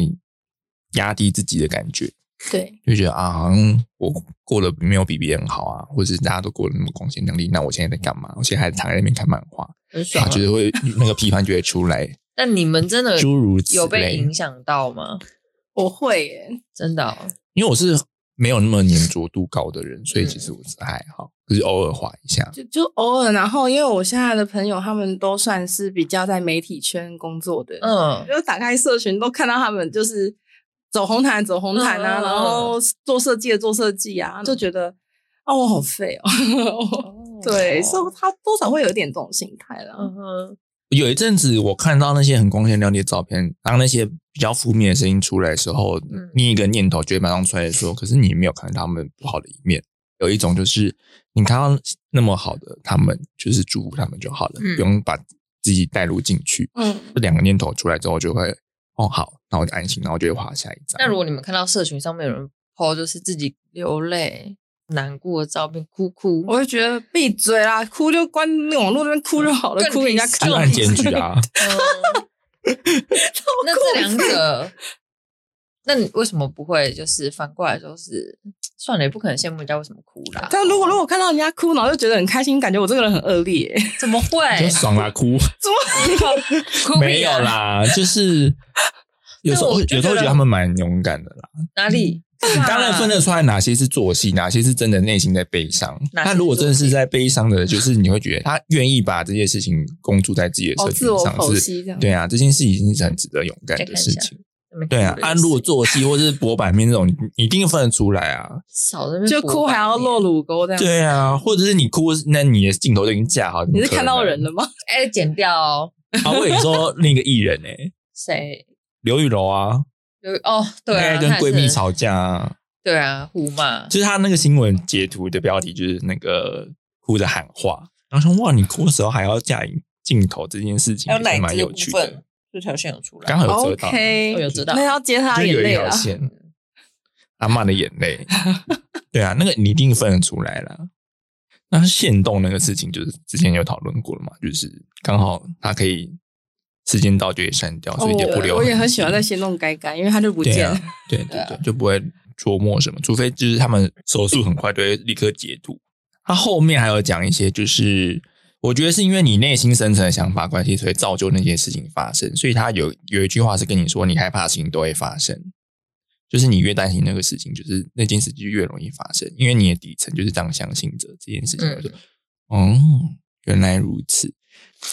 [SPEAKER 2] 压低自己的感觉，
[SPEAKER 1] 对，
[SPEAKER 2] 就觉得啊，好像我过得没有比别人好啊，或者是大家都过得那么光鲜亮丽，那我现在在干嘛？我现在还躺在那边看漫画，
[SPEAKER 3] 很爽
[SPEAKER 2] 啊，
[SPEAKER 3] 啊。
[SPEAKER 2] 就是会那个批判就会出 来，
[SPEAKER 3] 但你们真的
[SPEAKER 2] 诸如此
[SPEAKER 3] 有被
[SPEAKER 2] 类
[SPEAKER 3] 影响到吗？
[SPEAKER 1] 我会耶。
[SPEAKER 3] 真的哦，
[SPEAKER 2] 因为我是没有那么粘着度高的人，所以
[SPEAKER 3] 嗯
[SPEAKER 2] 其实我是还好，就是偶尔滑一下。
[SPEAKER 1] 就就偶尔，然后因为我现在的朋友，他们都算是比较在媒体圈工作的，，
[SPEAKER 3] 嗯，
[SPEAKER 1] 就打开社群都看到他们就是走红毯走红毯啊，
[SPEAKER 3] 嗯嗯嗯
[SPEAKER 1] 然后做设计的做设计啊，就觉得啊我好废哦。 对，所以他多少会有一点这种心态啦。
[SPEAKER 3] 嗯哼，
[SPEAKER 2] 有一阵子我看到那些很光鲜亮丽的照片，当那些比较负面的声音出来的时候，
[SPEAKER 3] 嗯
[SPEAKER 2] 另一个念头就会马上出来说：“可是你没有看到他们不好的一面。”有一种就是你看到那么好的他们，就是祝福他们就好了，
[SPEAKER 3] 嗯
[SPEAKER 2] 不用把自己带入进去。
[SPEAKER 1] 嗯，
[SPEAKER 2] 这两个念头出来之后，就会哦好，那我就安心，然后就会滑下一张
[SPEAKER 3] 那。如果你们看到社群上面有人 po 就是自己流泪、难过的照片，哭哭，
[SPEAKER 1] 我会觉得闭嘴啦，哭就关网络那边哭就好了，
[SPEAKER 3] 嗯更
[SPEAKER 1] 哭给人家看
[SPEAKER 2] 就
[SPEAKER 3] 就
[SPEAKER 2] 按检举啊，
[SPEAKER 3] 嗯那这两个， 那你为什么不会就是反过来就是算了，也不可能羡慕人家为什么哭啦？
[SPEAKER 1] 但如果如果看到人家哭，然后就觉得很开心，感觉我这个人很恶 劣、
[SPEAKER 3] 怎么会？
[SPEAKER 2] 就爽啦， 哭
[SPEAKER 3] 哭屁啊
[SPEAKER 2] 没有，啦， 就是有时
[SPEAKER 3] 但
[SPEAKER 2] 候
[SPEAKER 3] 我就
[SPEAKER 2] 有时候觉
[SPEAKER 3] 觉得
[SPEAKER 2] 得他们蛮勇敢的啦。
[SPEAKER 3] 哪里？
[SPEAKER 2] 你当然分得出来哪些是做戏，哪些是真的内心在悲伤。
[SPEAKER 3] 哪些是
[SPEAKER 2] 那如果真的是在悲伤的，就是你会觉得他愿意把这些事情公诸在自己的
[SPEAKER 1] 哦，
[SPEAKER 2] 社
[SPEAKER 1] 自
[SPEAKER 2] 群
[SPEAKER 1] 我
[SPEAKER 2] 上，
[SPEAKER 1] 剖
[SPEAKER 2] 是，
[SPEAKER 1] 析这样。
[SPEAKER 2] 对啊，这件事已经是很值得勇敢的事
[SPEAKER 3] 再看
[SPEAKER 2] 情。对啊，啊，如果做戏或是博版面这种，你你一定分得出来啊。
[SPEAKER 3] 少的
[SPEAKER 1] 就哭还要露，乳沟这样。
[SPEAKER 2] 对啊，或者是你哭，那你的镜头就已经架好，
[SPEAKER 1] 你是看到人
[SPEAKER 2] 了
[SPEAKER 1] 了吗？
[SPEAKER 3] 哎，剪掉哦
[SPEAKER 2] 啊？我跟你说，那个艺人哎、
[SPEAKER 3] 谁？
[SPEAKER 2] 刘雨柔啊，
[SPEAKER 3] 有哦，对
[SPEAKER 2] 她
[SPEAKER 3] 啊，
[SPEAKER 2] 在跟
[SPEAKER 3] 他也是
[SPEAKER 2] 闺蜜，吵架啊，
[SPEAKER 3] 对啊，互骂，
[SPEAKER 2] 就是他那个新闻截图的标题就是那个哭着喊话，然后说哇，你哭的时候还要架镜头，这件事情
[SPEAKER 3] 还有
[SPEAKER 2] 也
[SPEAKER 3] 奶
[SPEAKER 2] 是蛮
[SPEAKER 3] 汁的
[SPEAKER 2] 有
[SPEAKER 3] 部
[SPEAKER 2] 趣的
[SPEAKER 3] 分。这条线有出来，
[SPEAKER 2] 刚好有遮到，
[SPEAKER 1] OK，
[SPEAKER 3] 我有知道
[SPEAKER 1] 那要接他
[SPEAKER 2] 就是
[SPEAKER 1] 眼
[SPEAKER 2] 有一
[SPEAKER 1] 泪啊
[SPEAKER 2] 条
[SPEAKER 1] 了。
[SPEAKER 2] 线，阿嬷的眼 泪。对啊，那个你一定分得出来啦。那限动那个事情，就是之前有讨论过了嘛，就是刚好他可以时间到就也删掉，所以也不留痕迹、
[SPEAKER 1] 哦我也很喜欢在先弄该该，因为他就不
[SPEAKER 2] 对
[SPEAKER 1] 见了。
[SPEAKER 2] 啊，对对
[SPEAKER 3] 对啊
[SPEAKER 2] 对，就不会琢磨什么，除非就是他们手速很快，就会立刻解读。他后面还有讲一些，就是我觉得是因为你内心深层的想法关系，所以造就那些事情发生。所以他有有一句话是跟你说，你害怕的事情都会发生，就是你越担心那个事情，就是那件事就越容易发生，因为你的底层就是这样相信着这件事情。我就哦，原来如此。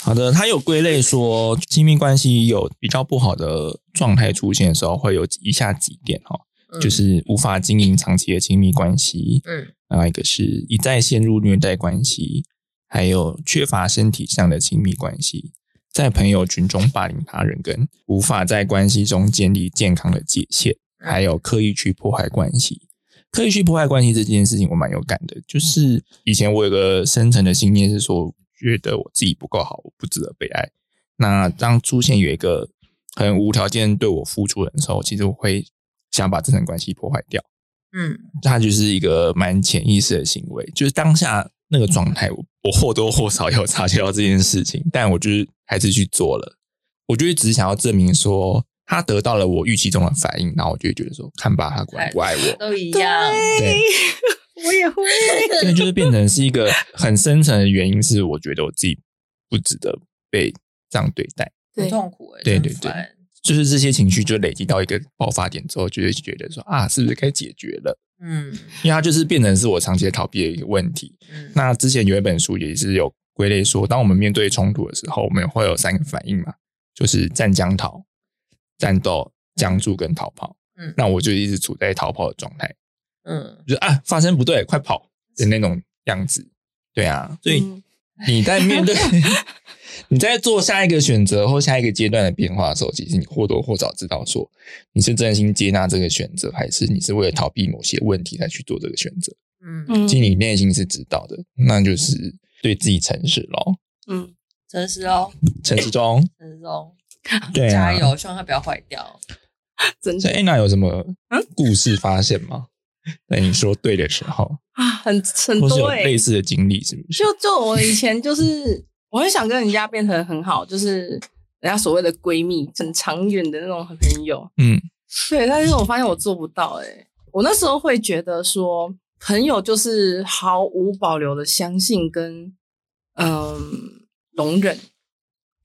[SPEAKER 2] 好的，它有归类说，亲密关系有比较不好的状态出现的时候，会有以下几点哈、哦，
[SPEAKER 3] 嗯
[SPEAKER 2] 就是无法经营长期的亲密关系，
[SPEAKER 3] 嗯
[SPEAKER 2] 然后一个是一再陷入虐待关系，还有缺乏身体上的亲密关系，在朋友群中霸凌他人，跟无法在关系中建立健康的界限，
[SPEAKER 3] 嗯
[SPEAKER 2] 还有刻意去破坏关系。刻意去破坏关系这件事情，我蛮有感的。就是以前我有个深层的信念是说，觉得我自己不够好，我不值得被爱。那当出现有一个很无条件对我付出的人的时候，其实我会想把这层关系破坏掉。
[SPEAKER 3] 嗯
[SPEAKER 2] 它就是一个蛮潜意识的行为，就是当下那个状态，我我或多或少有察觉到这件事情，但我就是还是去做了。我就是只是想要证明说，他得到了我预期中的反应，然后我就会觉得说，看吧，他果然不爱我。
[SPEAKER 3] 都一
[SPEAKER 1] 对啊
[SPEAKER 3] 样，，
[SPEAKER 1] 我也会。
[SPEAKER 2] 对，就是变成是一个很深层的原因，是我觉得我自己不值得被这样对待。
[SPEAKER 3] 很
[SPEAKER 1] 对
[SPEAKER 3] 痛苦哎，
[SPEAKER 2] 对
[SPEAKER 3] 真
[SPEAKER 2] 对对
[SPEAKER 3] 烦
[SPEAKER 2] 就是这些情绪就累积到一个爆发点之后，就会觉得说啊，是不是该解决了？
[SPEAKER 3] 嗯
[SPEAKER 2] 因为它就是变成是我长期逃避的一个问题。
[SPEAKER 3] 嗯
[SPEAKER 2] 那之前有一本书也是有归类说，当我们面对冲突的时候，我们会有三个反应嘛，就是战将逃、战斗、僵住跟逃跑。
[SPEAKER 3] 嗯
[SPEAKER 2] 那我就一直处在逃跑的状态，
[SPEAKER 3] 嗯，
[SPEAKER 2] 就是啊，发生不对，快跑的那种样子。对啊，所以
[SPEAKER 1] 嗯
[SPEAKER 2] 你在面对你在做下一个选择或下一个阶段的变化的时候，其实你或多或少知道说你是真心接纳这个选择，还是你是为了逃避某些问题才去做这个选择。
[SPEAKER 3] 嗯，
[SPEAKER 1] 嗯
[SPEAKER 2] 其实你内心是知道的，那就是对自己诚实咯。
[SPEAKER 1] 嗯，
[SPEAKER 3] 诚实哦，
[SPEAKER 2] 诚实中，
[SPEAKER 3] 诚实哦，
[SPEAKER 2] 对
[SPEAKER 3] 加
[SPEAKER 2] 啊。
[SPEAKER 3] 油，希望它不要坏掉。
[SPEAKER 1] 真
[SPEAKER 2] 所
[SPEAKER 1] 的
[SPEAKER 2] 以 Anna 有什么
[SPEAKER 1] 嗯
[SPEAKER 2] 故事发现吗？在你说对的时候，
[SPEAKER 1] 啊，很很
[SPEAKER 2] 或是
[SPEAKER 1] 多
[SPEAKER 2] 有
[SPEAKER 1] 哎、
[SPEAKER 2] 类似的经历，是不是？
[SPEAKER 1] 就就我以前就是，我很想跟人家变成很好，就是人家所谓的闺蜜，很长远的那种朋友。
[SPEAKER 2] 嗯
[SPEAKER 1] 对，但是我发现我做不到哎、我那时候会觉得说，朋友就是毫无保留的相信跟嗯容忍，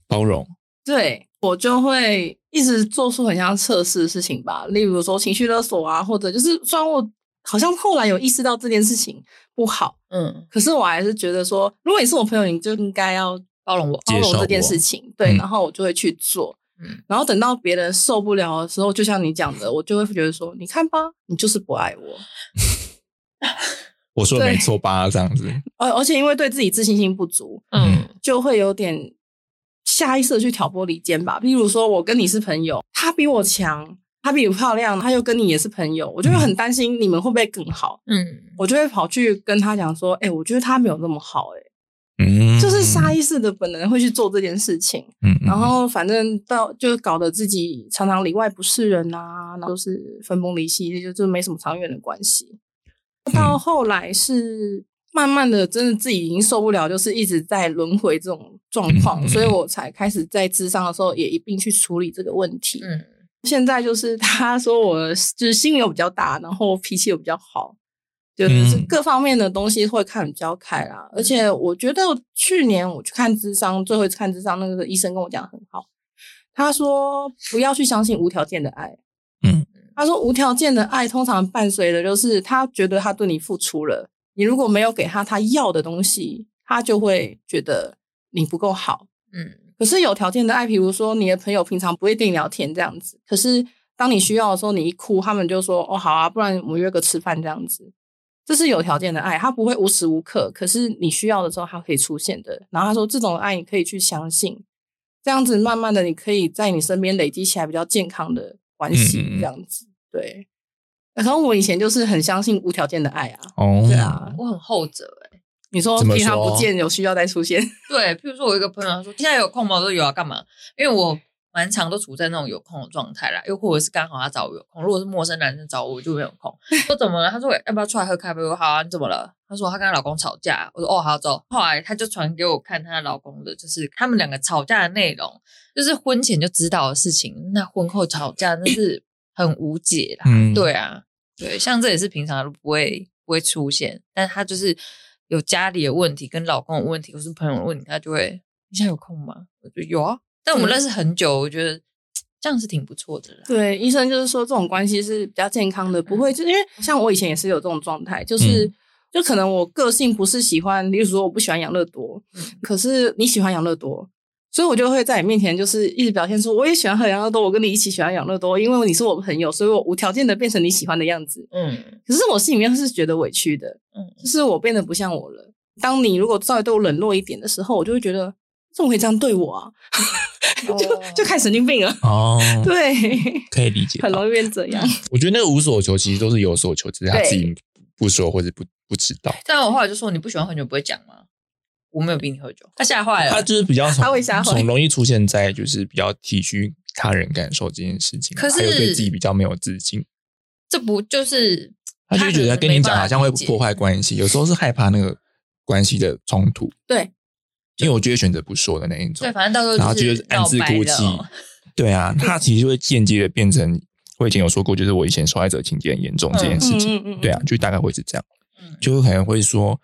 [SPEAKER 2] 包容，
[SPEAKER 1] 对我就会一直做出很像测试的事情吧，例如说情绪勒索啊，或者就是虽然我好像后来有意识到这件事情不好，
[SPEAKER 3] 嗯，
[SPEAKER 1] 可是我还是觉得说，如果你是我朋友，你就应该要
[SPEAKER 3] 包容我。
[SPEAKER 1] 包
[SPEAKER 2] 接
[SPEAKER 1] 容
[SPEAKER 2] 受
[SPEAKER 1] 哦这件
[SPEAKER 2] 我
[SPEAKER 1] 事情，对，
[SPEAKER 2] 嗯
[SPEAKER 1] 然后我就会去做。
[SPEAKER 3] 嗯
[SPEAKER 1] 然后等到别人受不了的时候，就像你讲的，我就会觉得说：“你看吧，你就是不爱我。
[SPEAKER 2] 我说的
[SPEAKER 1] 对
[SPEAKER 2] 没错吧？这样子，”
[SPEAKER 1] 而而且因为对自己自信心不足，
[SPEAKER 3] 嗯
[SPEAKER 1] 就会有点下意识的去挑拨离间吧。例如说，我跟你是朋友，他比我强，他比我漂亮，他又跟你也是朋友，我就会
[SPEAKER 2] 嗯
[SPEAKER 1] 很担心你们会不会更好，
[SPEAKER 3] 嗯，
[SPEAKER 1] 我就会跑去跟他讲说：“哎、我觉得他没有那么好、欸，
[SPEAKER 2] 嗯，
[SPEAKER 1] 就是下意识的本能会去做这件事情。”
[SPEAKER 2] 嗯，嗯，
[SPEAKER 1] 然后反正到就搞得自己常常里外不是人啊，然后都是分崩离析，就就没什么长远的关系。
[SPEAKER 2] 嗯
[SPEAKER 1] 到后来是慢慢的，真的自己已经受不了，就是一直在轮回这种状况，
[SPEAKER 2] 嗯嗯嗯
[SPEAKER 1] 所以我才开始在智商的时候也一并去处理这个问题。
[SPEAKER 3] 嗯
[SPEAKER 1] 现在就是 他说我就是心有比较大，然后脾气又比较好，就是
[SPEAKER 2] 嗯
[SPEAKER 1] 各方面的东西会看比较开啦。而且我觉得去年我去看智商，最后一次看智商那个医生跟我讲很好，他说不要去相信无条件的爱。
[SPEAKER 2] 嗯，
[SPEAKER 1] 他说无条件的爱通常伴随的就是他觉得他对你付出了，你如果没有给他他要的东西，他就会觉得你不够好，
[SPEAKER 3] 嗯
[SPEAKER 1] 可是有条件的爱，比如说你的朋友平常不会跟你聊天这样子，可是当你需要的时候，你一哭，他们就说哦好啊，不然我们约个吃饭这样子。这是有条件的爱，他不会无时无刻，可是你需要的时候他可以出现的。然后他说这种爱你可以去相信，这样子慢慢的你可以在你身边累积起来比较健康的关系
[SPEAKER 2] 嗯嗯嗯，
[SPEAKER 1] 这样子对。然后我以前就是很相信无条件的爱啊，
[SPEAKER 2] 哦，
[SPEAKER 1] 对啊，
[SPEAKER 3] 我很后者哎。
[SPEAKER 1] 你说
[SPEAKER 2] 怎么
[SPEAKER 1] 平常
[SPEAKER 2] 说
[SPEAKER 1] 不见有需要再出现，
[SPEAKER 3] 对，譬如说我有一个朋友他说现在有空吗？我说有啊，干嘛？因为我蛮常都处在那种有空的状态啦，又或者是刚好他找我有空。如果是陌生男生找我，我就没有空。说怎么了？他说哎要不要出来喝咖啡？我说好啊，你怎么了？他说她跟她老公吵架。我说哦，好走。后来她就传给我看她老公的，就是他们两个吵架的内容，就是婚前就知道的事情，那婚后吵架那是很无解啦。
[SPEAKER 2] 嗯
[SPEAKER 3] 对啊，对，像这也是平常都不会不会出现，但她就是有家里的问题、跟老公的问题，或是朋友的问题，她就会你现在有空吗？我就有啊。但我们
[SPEAKER 1] 嗯
[SPEAKER 3] 认识很久，我觉得这样是挺不 错的啦。
[SPEAKER 1] 对，医生就是说这种关系是比较健康的，不
[SPEAKER 3] 嗯
[SPEAKER 1] 会就是因为像我以前也是有这种状态，就是、
[SPEAKER 2] 嗯
[SPEAKER 1] 就可能我个性不是喜欢，例如说我不喜欢养乐多，
[SPEAKER 3] 嗯
[SPEAKER 1] 可是你喜欢养乐多，所以我就会在你面前就是一直表现出我也喜欢喝养乐多，我跟你一起喜欢养乐多，因为你是我朋友，所以我无条件的变成你喜欢的样子。
[SPEAKER 3] 嗯
[SPEAKER 1] 可是我心里面是觉得委屈的，
[SPEAKER 3] 嗯
[SPEAKER 1] 就是我变得不像我了。当你如果稍微对我冷落一点的时候，我就会觉得怎么可以这样对我啊？
[SPEAKER 3] 哦
[SPEAKER 1] 就就看神经病了，啊
[SPEAKER 2] 哦，
[SPEAKER 1] 对，
[SPEAKER 2] 可以理解吧。
[SPEAKER 1] 很容易变这样。
[SPEAKER 2] 我觉得那个无所求其实都是有所求，只是他
[SPEAKER 1] 对
[SPEAKER 2] 自己不说或者不不知道。
[SPEAKER 3] 但我后来就说你不喜欢喝酒不会讲吗？我没有逼你喝酒，他吓坏
[SPEAKER 2] 他
[SPEAKER 3] 了。
[SPEAKER 2] 就是比较从
[SPEAKER 1] 他会瞎回
[SPEAKER 2] 从容易出现在就是比较体恤他人感受这件事情，
[SPEAKER 3] 可是
[SPEAKER 2] 还有对自己比较没有自信，
[SPEAKER 3] 这不就是
[SPEAKER 2] 他就觉得跟你讲好像会破
[SPEAKER 3] 坏。
[SPEAKER 2] 坏关系，有时候是害怕那个关系的冲突，
[SPEAKER 1] 对，
[SPEAKER 2] 因为我就会选择不说的那一种
[SPEAKER 3] 对，，反正到时
[SPEAKER 2] 然后
[SPEAKER 3] 候
[SPEAKER 2] 就是是暗自
[SPEAKER 3] 闹
[SPEAKER 2] 哭
[SPEAKER 3] 掰
[SPEAKER 2] 泣
[SPEAKER 3] 了哦。
[SPEAKER 2] 对啊，他其实会间接的变成我以前有说过，就是我以前受害者情节很严重这件事情，
[SPEAKER 1] 嗯嗯嗯，
[SPEAKER 2] 对啊，就大概会是这样。
[SPEAKER 3] 嗯
[SPEAKER 2] 就可能会说，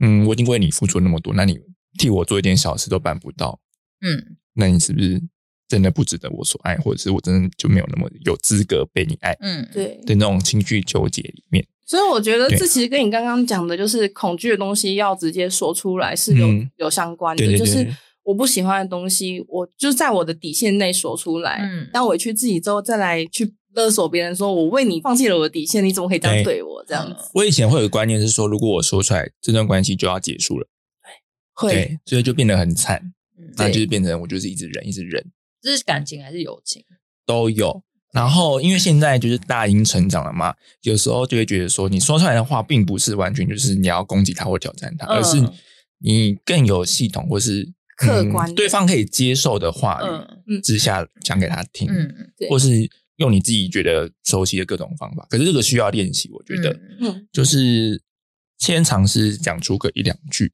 [SPEAKER 2] 嗯，我已经为你付出那么多，那你替我做一点小事都办不到，
[SPEAKER 3] 嗯，
[SPEAKER 2] 那你是不是真的不值得我所爱，或者是我真的就没有那么有资格被你爱
[SPEAKER 3] 嗯，
[SPEAKER 1] 对。
[SPEAKER 2] 的那种情绪纠结里面？
[SPEAKER 1] 所以我觉得
[SPEAKER 2] 对
[SPEAKER 1] 这其实跟你刚刚讲的，就是恐惧的东西要直接说出来是有、
[SPEAKER 2] 嗯
[SPEAKER 1] 有相关的，
[SPEAKER 2] 对对
[SPEAKER 1] 就
[SPEAKER 2] 对
[SPEAKER 1] 是我不喜欢的东西，我就在我的底线内说出来。
[SPEAKER 3] 嗯
[SPEAKER 1] 当我去自己之后，再来去勒索别人说，我为你放弃了我的底线，你怎么可以这样
[SPEAKER 2] 对
[SPEAKER 1] 对我？这样子
[SPEAKER 2] 我以前会有个观念是说，如果我说出来，这段关系就要结束了，
[SPEAKER 1] 会
[SPEAKER 2] 对，所以就变得很惨，
[SPEAKER 3] 嗯
[SPEAKER 2] 那就是变成我就是一直忍，一直忍
[SPEAKER 3] 这是感情还是友情？
[SPEAKER 2] 都有。然后，因为现在就是大家已经成长了嘛，有时候就会觉得说，你说出来的话，并不是完全就是你要攻击他或挑战他，而是
[SPEAKER 3] 嗯
[SPEAKER 2] 你更有系统或是
[SPEAKER 1] 客观的
[SPEAKER 2] 嗯对方可以接受的话语
[SPEAKER 3] 嗯
[SPEAKER 2] 之下讲给他听，
[SPEAKER 3] 嗯，
[SPEAKER 1] 对
[SPEAKER 2] 或是用你自己觉得熟悉的各种方法。可是这个需要练习，我觉得、
[SPEAKER 3] 嗯
[SPEAKER 1] 嗯
[SPEAKER 2] 就是先尝试讲出个一两句，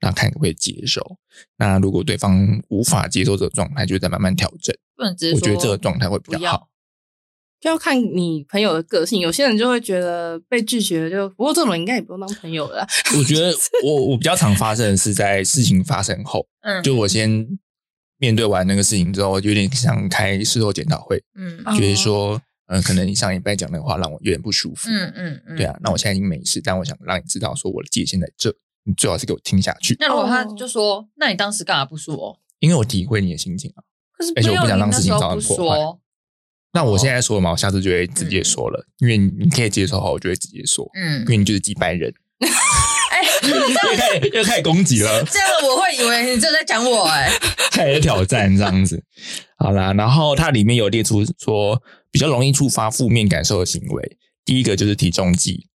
[SPEAKER 2] 那看可不可以接受。那如果对方无法接受这个状态，就再慢慢调整。
[SPEAKER 3] 不能直接
[SPEAKER 2] 我觉得
[SPEAKER 3] 说
[SPEAKER 2] 这个状态会比
[SPEAKER 3] 不
[SPEAKER 2] 较好
[SPEAKER 3] 要。。
[SPEAKER 1] 就要看你朋友的个性。有些人就会觉得被拒绝了就，不过这种人应该也不用当朋友了啦。
[SPEAKER 2] 我觉 得我我比较常发生的是在事情发生后，
[SPEAKER 3] 嗯，
[SPEAKER 2] 就我先面对完那个事情之后，有点想开事后检讨会。
[SPEAKER 3] 嗯
[SPEAKER 1] 啊
[SPEAKER 3] 嗯
[SPEAKER 2] 觉得说，嗯、可能上一拜讲的话让我有点不舒服。
[SPEAKER 3] 嗯嗯嗯，
[SPEAKER 2] 对啊，那我现在已经没事，但我想让你知道，说我的界限在这，你最好是给我听下去，
[SPEAKER 3] 那如果他
[SPEAKER 1] 哦
[SPEAKER 3] 就说，那你当时干嘛不说？
[SPEAKER 2] 因为我体会你的心情啊。
[SPEAKER 3] 可是
[SPEAKER 2] 而且我不想
[SPEAKER 3] 没有
[SPEAKER 2] 让
[SPEAKER 3] 你那
[SPEAKER 2] 事情
[SPEAKER 3] 时候
[SPEAKER 2] 造成
[SPEAKER 3] 不
[SPEAKER 2] 破坏
[SPEAKER 3] 说。
[SPEAKER 2] 那我现在说了嘛，我下次就会直接说了，因为你可以接受后，我就会直接说，
[SPEAKER 3] 嗯
[SPEAKER 2] 因，为你就是几百人，
[SPEAKER 3] 哎，
[SPEAKER 2] 又开始又开始攻击了，
[SPEAKER 3] 这样我会以为你正在讲我哎。
[SPEAKER 2] 开始挑战这样子。好啦，然后它里面有列出说比较容易触发负面感受的行为，第一个就是体重计，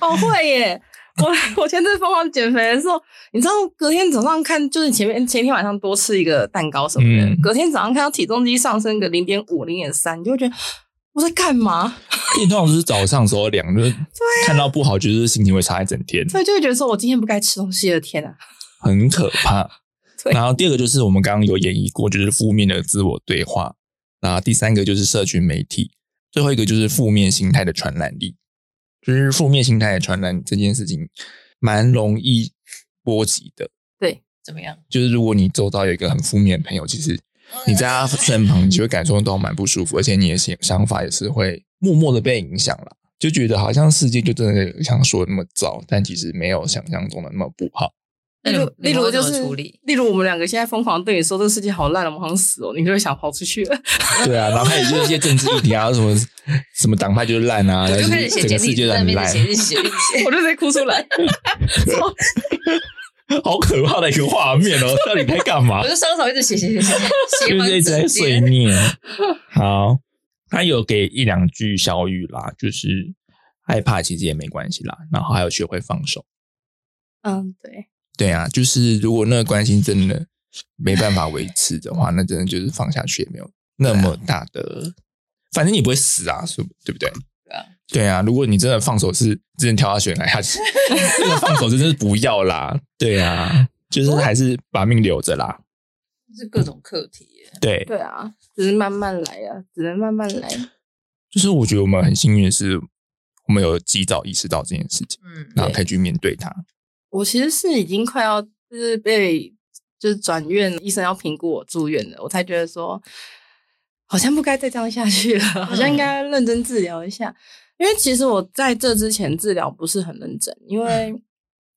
[SPEAKER 1] 哦，会耶！我 我前阵疯狂减肥的时候，你知道隔天早上看，就是前面前一天晚上多吃一个蛋糕什么的，
[SPEAKER 2] 嗯
[SPEAKER 1] 隔天早上看到体重机上升个零点五、零点三，你就会觉得我在干嘛？
[SPEAKER 2] 因为通常是早上的时候量，就是看到不好，就是心情会差一整天，
[SPEAKER 1] 所以就会觉得说我今天不该吃东西了，天啊！
[SPEAKER 2] 很可怕。
[SPEAKER 1] 对
[SPEAKER 2] 然后第二个就是我们刚刚有演绎过，就是负面的自我对话。然后第三个就是社群媒体，最后一个就是负面心态的传染力，就是负面心态的传染这件事情蛮容易波及的。
[SPEAKER 3] 怎么样？
[SPEAKER 2] 就是如果你周遭有一个很负面的朋友，其实你在他身旁，你就会感受到蛮不舒服，而且你的想想法也是会默默的被影响了，就觉得好像世界就真的像说的那么糟，但其实没有想象中的那么不好。
[SPEAKER 3] 那
[SPEAKER 1] 例
[SPEAKER 3] 你
[SPEAKER 1] 如
[SPEAKER 3] 们，
[SPEAKER 1] 例
[SPEAKER 3] 你
[SPEAKER 1] 如
[SPEAKER 3] 们
[SPEAKER 1] 就
[SPEAKER 3] 会怎么
[SPEAKER 1] 是
[SPEAKER 3] 处理，
[SPEAKER 1] 例如我们两个现在疯狂对你说这个世界好烂了，我们好想死哦，你就会想跑出去了。
[SPEAKER 2] 对啊，然后还有就是一些政治议题啊，什么什么党派就是烂啊，
[SPEAKER 3] 我
[SPEAKER 2] 然
[SPEAKER 3] 就
[SPEAKER 2] 后
[SPEAKER 3] 开
[SPEAKER 2] 就
[SPEAKER 3] 始
[SPEAKER 2] 是整
[SPEAKER 3] 写简
[SPEAKER 2] 个世
[SPEAKER 3] 历，
[SPEAKER 2] 界都
[SPEAKER 3] 在那
[SPEAKER 2] 很
[SPEAKER 3] 边
[SPEAKER 2] 烂，
[SPEAKER 3] 写日记，写日记。
[SPEAKER 1] 我就直接哭出来。
[SPEAKER 2] 好可怕的一个画面哦！到底在干嘛
[SPEAKER 3] 我？就双手一直写写写写，写
[SPEAKER 2] 就是一
[SPEAKER 3] 满
[SPEAKER 2] 直在
[SPEAKER 3] 整
[SPEAKER 2] 碎
[SPEAKER 3] 间。
[SPEAKER 2] 念。好，他有给一两句小语啦，就是害怕其实也没关系啦，然后还有学会放手。
[SPEAKER 1] 嗯，对，
[SPEAKER 2] 对啊，就是如果那个关系真的没办法维持的话，那真的就是放下去也没有那么大的，反正你不会死啊，是不对不对？
[SPEAKER 3] 对啊，
[SPEAKER 2] 对啊，如果你真的放手是真的跳下悬崖下去， 这个放手真的是不要啦，对啊，就是还是把命留着啦，
[SPEAKER 3] 是各种课题耶。
[SPEAKER 2] 对，
[SPEAKER 1] 对啊，只是慢慢来啊，只能慢慢来。
[SPEAKER 2] 就是我觉得我们很幸运的是，我们有及早意识到这件事情，
[SPEAKER 3] 嗯，
[SPEAKER 2] 然后可以去面对它。
[SPEAKER 1] 我其实是已经快要就是被就是转院，医生要评估我住院了，我才觉得说好像不该再这样下去了，好像应该认真治疗一下。因为其实我在这之前治疗不是很认真，因为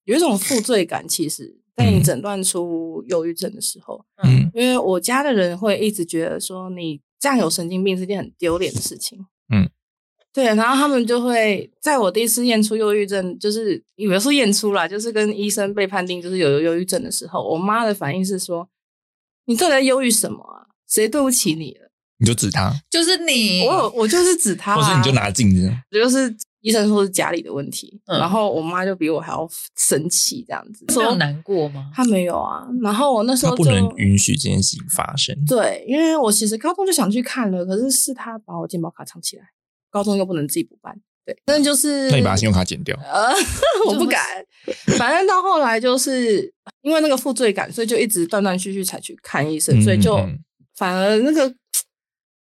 [SPEAKER 1] 有一种负罪感。其实，在你
[SPEAKER 2] 嗯
[SPEAKER 1] 诊断出忧郁症的时候，
[SPEAKER 2] 嗯
[SPEAKER 1] 因为我家的人会一直觉得说你这样有神经病是件很丢脸的事情。
[SPEAKER 2] 嗯，
[SPEAKER 1] 对，然后他们就会在我第一次验出忧郁症，就是也不是说验出啦，就是跟医生被判定就是有忧郁症的时候，我妈的反应是说：“你到底在忧郁什么啊？谁对不起你了
[SPEAKER 2] 你就指他，
[SPEAKER 3] 就是？”你，
[SPEAKER 1] 我有我就是指他、啊，
[SPEAKER 2] 或者你就拿镜子，
[SPEAKER 1] 就是医生说是家里的问题，
[SPEAKER 3] 嗯
[SPEAKER 1] 然后我妈就比我还要生气这样子，
[SPEAKER 3] 没有
[SPEAKER 1] 说
[SPEAKER 3] 难过吗？
[SPEAKER 1] 她没有啊，然后我那时
[SPEAKER 2] 他
[SPEAKER 1] 候
[SPEAKER 2] 不
[SPEAKER 1] 就
[SPEAKER 2] 能允许这件事情发生。
[SPEAKER 1] 对，因为我其实高中就想去看了，可是是他把我健保卡藏起来，高中又不能自己补办，对，真的就是
[SPEAKER 2] 那你把他信用卡剪掉，
[SPEAKER 1] 呃， 我不敢，反正到后来就是因为那个负罪感，所以就一直断断续续才去看医生，所以就
[SPEAKER 2] 嗯嗯嗯
[SPEAKER 1] 反而那个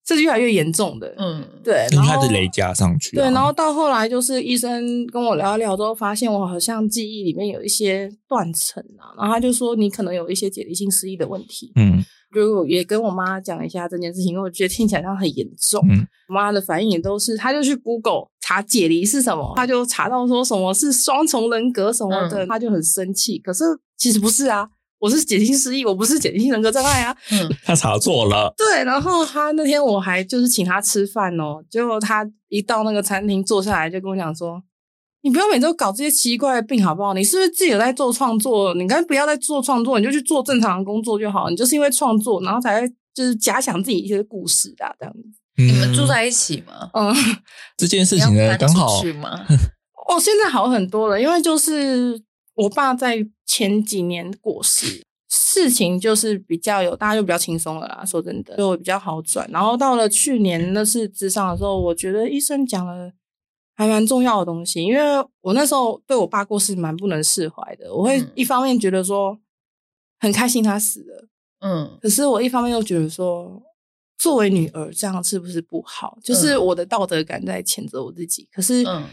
[SPEAKER 1] 这是越来越严重的，
[SPEAKER 3] 嗯，
[SPEAKER 1] 对，
[SPEAKER 2] 因
[SPEAKER 1] 然
[SPEAKER 2] 为
[SPEAKER 1] 后
[SPEAKER 2] 他的累加上去啊、
[SPEAKER 1] 对，然后到后来就是医生跟我聊一聊之后，发现我好像记忆里面有一些断层啊，然后他就说你可能有一些解离性失忆的问题，
[SPEAKER 2] 嗯
[SPEAKER 1] 就也跟我妈讲一下这件事情，因为我觉得听起来像很严重。
[SPEAKER 2] 嗯
[SPEAKER 1] 我妈的反应也都是，她就去 Google 查解离是什么，她就查到说什么是双重人格什么的，她就很生气。可是其实不是啊，我是解离性失忆，我不是解离性人格障碍啊。
[SPEAKER 3] 嗯，
[SPEAKER 2] 他查错了，
[SPEAKER 1] 对，然后她那天我还就是请她吃饭哦，结果她一到那个餐厅坐下来就跟我讲说。你不要每周搞这些奇怪的病好不好？你是不是自己有在做创作？你该不要再做创作，你就去做正常的工作就好。你就是因为创作，然后才会就是假想自己一些故事啊，这样子。
[SPEAKER 2] 你
[SPEAKER 3] 你们住在一起吗？
[SPEAKER 1] 嗯，
[SPEAKER 2] 嗯这件事
[SPEAKER 3] 你要
[SPEAKER 2] 情呢，
[SPEAKER 3] 搬
[SPEAKER 2] 刚好
[SPEAKER 3] 出去吗？
[SPEAKER 1] 哦，现在好很多了，因为就是我爸在前几年过世，事情就是比较有，大家就比较轻松了啦。说真的，就比较好转。然后到了去年那次智商的时候，我觉得医生讲了还蛮重要的东西，因为我那时候对我爸过世蛮不能释怀的。我会
[SPEAKER 3] 嗯
[SPEAKER 1] 一方面觉得说很开心他死了，
[SPEAKER 3] 嗯
[SPEAKER 1] 可是我一方面又觉得说，作为女儿这样是不是不好？就是我的道德感在谴责我自己。可是
[SPEAKER 3] 嗯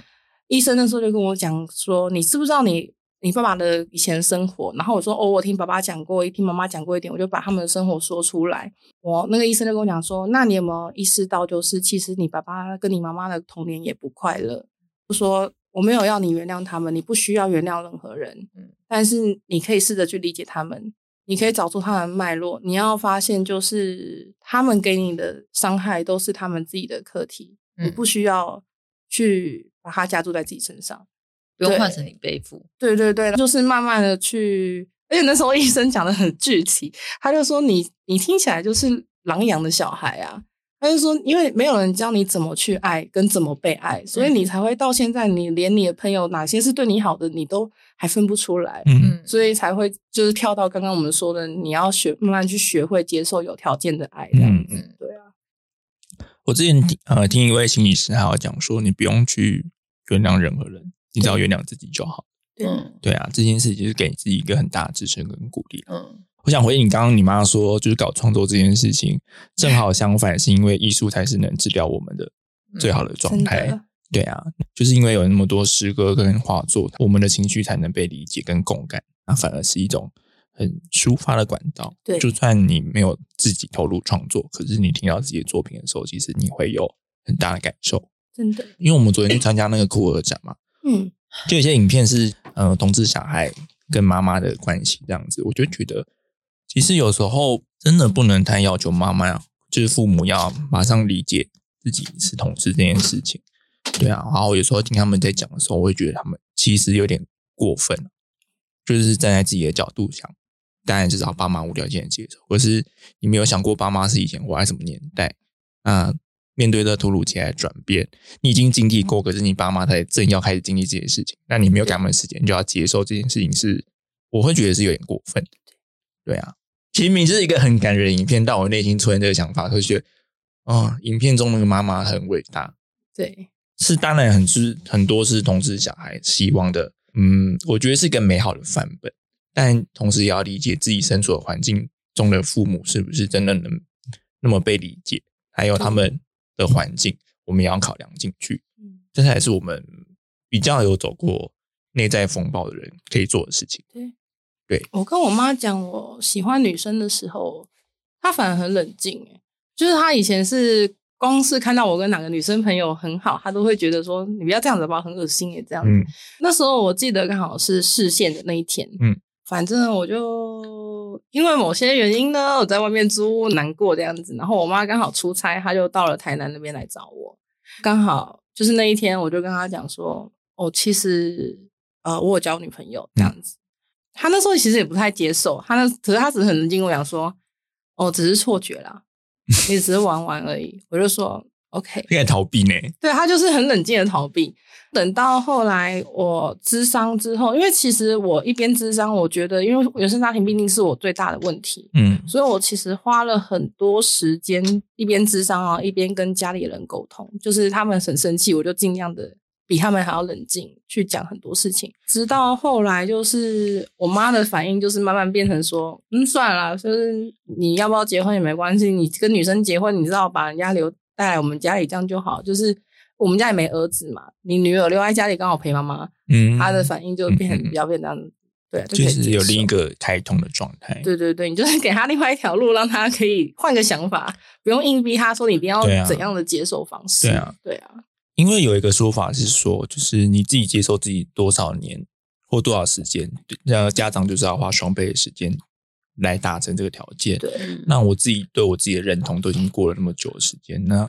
[SPEAKER 1] 医生那时候就跟我讲说，你知不知道你你爸爸的以前生活？然后我说哦，我听爸爸讲过，听妈妈讲过一点，我就把他们的生活说出来。我那个医生就跟我讲说，那你有没有意识到，就是其实你爸爸跟你妈妈的童年也不快乐？就说我没有要你原谅他们，你不需要原谅任何人，
[SPEAKER 3] 嗯
[SPEAKER 1] 但是你可以试着去理解他们，你可以找出他们的脉络，你要发现就是他们给你的伤害都是他们自己的课题，
[SPEAKER 3] 嗯
[SPEAKER 1] 你不需要去把它加注在自己身上。
[SPEAKER 3] 不用
[SPEAKER 1] 对
[SPEAKER 3] 换成你背负。
[SPEAKER 1] 对对对，就是慢慢的去，而且那时候医生讲的很具体，他就说你你听起来就是狼养的小孩啊，他就说因为没有人教你怎么去爱跟怎么被爱，所以
[SPEAKER 2] 嗯
[SPEAKER 1] 你才会到现在你连你的朋友哪些是对你好的你都还分不出来，
[SPEAKER 2] 嗯，
[SPEAKER 3] 嗯，
[SPEAKER 1] 所以才会就是跳到刚刚我们说的，你要学慢慢去学会接受有条件的爱，这样子，
[SPEAKER 2] 嗯
[SPEAKER 3] 嗯
[SPEAKER 1] 对啊，
[SPEAKER 2] 我之前听呃听一位心理师还有讲说，你不用去原谅任何人，你只要原谅自己就好。
[SPEAKER 1] 对
[SPEAKER 3] 嗯
[SPEAKER 2] 对啊，这件事就是给自己一个很大的支撑跟鼓励啦。
[SPEAKER 3] 嗯
[SPEAKER 2] 我想回应你刚刚你妈说，就是搞创作这件事情，正好相反，是因为艺术才是能治疗我们的
[SPEAKER 3] 嗯
[SPEAKER 2] 最好的状
[SPEAKER 1] 真
[SPEAKER 2] 态。
[SPEAKER 1] 的，
[SPEAKER 2] 对啊，就是因为有那么多诗歌跟画作，我们的情绪才能被理解跟共感，那反而是一种很抒发的管道。
[SPEAKER 1] 对
[SPEAKER 2] 就算你没有自己投入创作，可是你听到自己的作品的时候，其实你会有很大的感受。
[SPEAKER 1] 真的，
[SPEAKER 2] 因为我们昨天去参加那个酷儿展嘛，
[SPEAKER 1] 嗯，
[SPEAKER 2] 就有些影片是呃同志小孩跟妈妈的关系这样子，我就觉得其实有时候真的不能太要求妈妈，就是父母要马上理解自己是同志这件事情。对啊，然后有时候听他们在讲的时候，我会觉得他们其实有点过分，就是站在自己的角度想，当然至少爸妈无条件地接受，可是你没有想过爸妈是以前活在什么年代啊？面对这突如其来的转变，你已经经历过，可是你爸妈才正要开始经历这些事情，那你没有给他们时间，你就要接受这件事情是，我会觉得是有点过分。对啊，其实明知是一个很感人的影片，但我内心出现这个想法，会觉得，哦，影片中那个妈妈很伟大，
[SPEAKER 1] 对，
[SPEAKER 2] 是当然很是很多是同志小孩希望的，嗯，我觉得是一个美好的范本，但同时也要理解自己身处的环境中的父母是不是真的能那么被理解，还有他们的环境，我们也要考量进去。
[SPEAKER 1] 嗯，
[SPEAKER 2] 这才是我们比较有走过内在风暴的人可以做的事情。
[SPEAKER 1] 我跟我妈讲我喜欢女生的时候，她反而很冷静、欸，就是她以前是光是看到我跟哪个女生朋友很好，她都会觉得说你不要这样子吧，很恶心耶、这样子。
[SPEAKER 2] 嗯
[SPEAKER 1] 那时候我记得刚好是视线的那一天，
[SPEAKER 2] 嗯
[SPEAKER 1] 嗯，反正我就因为某些原因呢，我在外面租屋难过这样子，然后我妈刚好出差，她就到了台南那边来找我，刚好就是那一天，我就跟她讲说，哦，其实呃，我有交女朋友这样子。她那时候其实也不太接受，她那可是她只是很冷静跟我讲说，哦，只是错觉啦，你只是玩玩而已。我就说 OK，
[SPEAKER 2] 应该逃避呢，
[SPEAKER 1] 对他就是很冷静的逃避。等到后来我咨商之后，因为其实我一边咨商，我觉得因为原生家庭毕竟是我最大的问题，
[SPEAKER 2] 嗯
[SPEAKER 1] 所以我其实花了很多时间一边咨商啊，一边跟家里人沟通，就是他们很生气，我就尽量的比他们还要冷静去讲很多事情。直到后来，就是我妈的反应就是慢慢变成说，嗯，算了啦，就是你要不要结婚也没关系，你跟女生结婚，你知道把人家留带来我们家里这样就好，就是。我们家也没儿子嘛，你女儿留在家里刚好陪妈妈，
[SPEAKER 2] 嗯
[SPEAKER 1] 她的反应就变
[SPEAKER 2] 嗯嗯嗯
[SPEAKER 1] 成比较变这样，对啊，就可以
[SPEAKER 2] 就是有
[SPEAKER 1] 接受
[SPEAKER 2] 另一个开通的状态。
[SPEAKER 1] 对对对，你就是给他另外一条路，让他可以换个想法，不用硬逼他说你一定要
[SPEAKER 2] 对啊
[SPEAKER 1] 怎样的接受方式。
[SPEAKER 2] 对啊，
[SPEAKER 1] 对啊，
[SPEAKER 2] 因为有一个说法是说，就是你自己接受自己多少年或多少时间，那家长就是要花双倍的时间来达成这个条件。
[SPEAKER 1] 对
[SPEAKER 2] 那我自己对我自己的认同都已经过了那么久的时间，那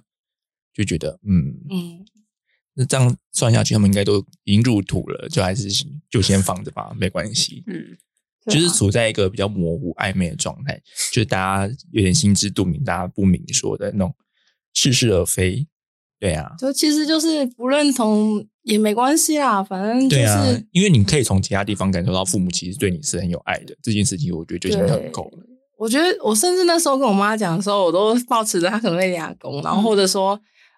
[SPEAKER 2] 就觉得嗯，
[SPEAKER 1] 嗯，
[SPEAKER 2] 那这样算下去，他们应该都已经入土了，就还是就先放着吧，没关系。
[SPEAKER 3] 嗯，
[SPEAKER 1] 对啊
[SPEAKER 2] 就是处在一个比较模糊暧昧的状态，就是大家有点心知肚明，大家不明说的那种似是而非。对啊，
[SPEAKER 1] 就其实就是不认同也没关系啦，反正就
[SPEAKER 2] 对啊
[SPEAKER 1] 是，
[SPEAKER 2] 因为你可以从其他地方感受到父母其实对你是很有爱的，这件事情我觉得就已经很够了。
[SPEAKER 1] 我觉得我甚至那时候跟我妈讲的时候，我都保持着她可能会俩工，
[SPEAKER 2] 嗯
[SPEAKER 1] 然后或者说。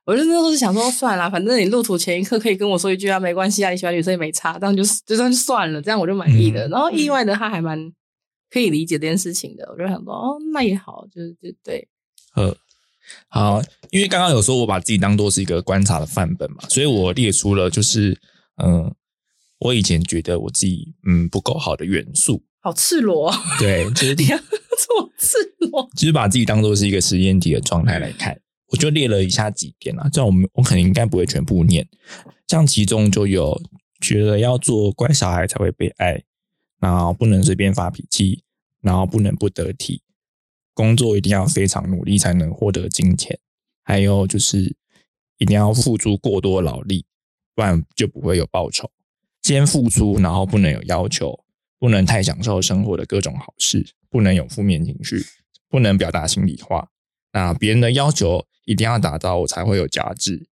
[SPEAKER 1] 我就那时候就想说，算了，反正你路途前一刻可以跟我说一句啊，没关系啊，你喜欢女生也没差，这样就是就算算了，这样我就满意了。
[SPEAKER 2] 嗯
[SPEAKER 1] 然后意外的他还蛮可以理解这件事情的，我就想说，哦，那也好，就是就对，
[SPEAKER 2] 呃，好，因为刚刚有说我把自己当做是一个观察的范本嘛，所以我列出了就是嗯、呃我以前觉得我自己嗯不够好的元素，
[SPEAKER 1] 好赤裸哦，
[SPEAKER 2] 对，就是
[SPEAKER 1] 你要做赤裸，
[SPEAKER 2] 就是把自己当做是一个实验体的状态来看，我就列了以下几点啊，这样我们我可能应该不会全部念，像其中就有觉得要做乖小孩才会被爱，然后不能随便发脾气，然后不能不得体，工作一定要非常努力才能获得金钱，还有就是一定要付出过多劳力，不然就不会有报酬。先付出，然后不能有要求，不能太享受生活的各种好事，不能有负面情绪，不能表达心里话。那别人的要求一定要达到，我才会有价值。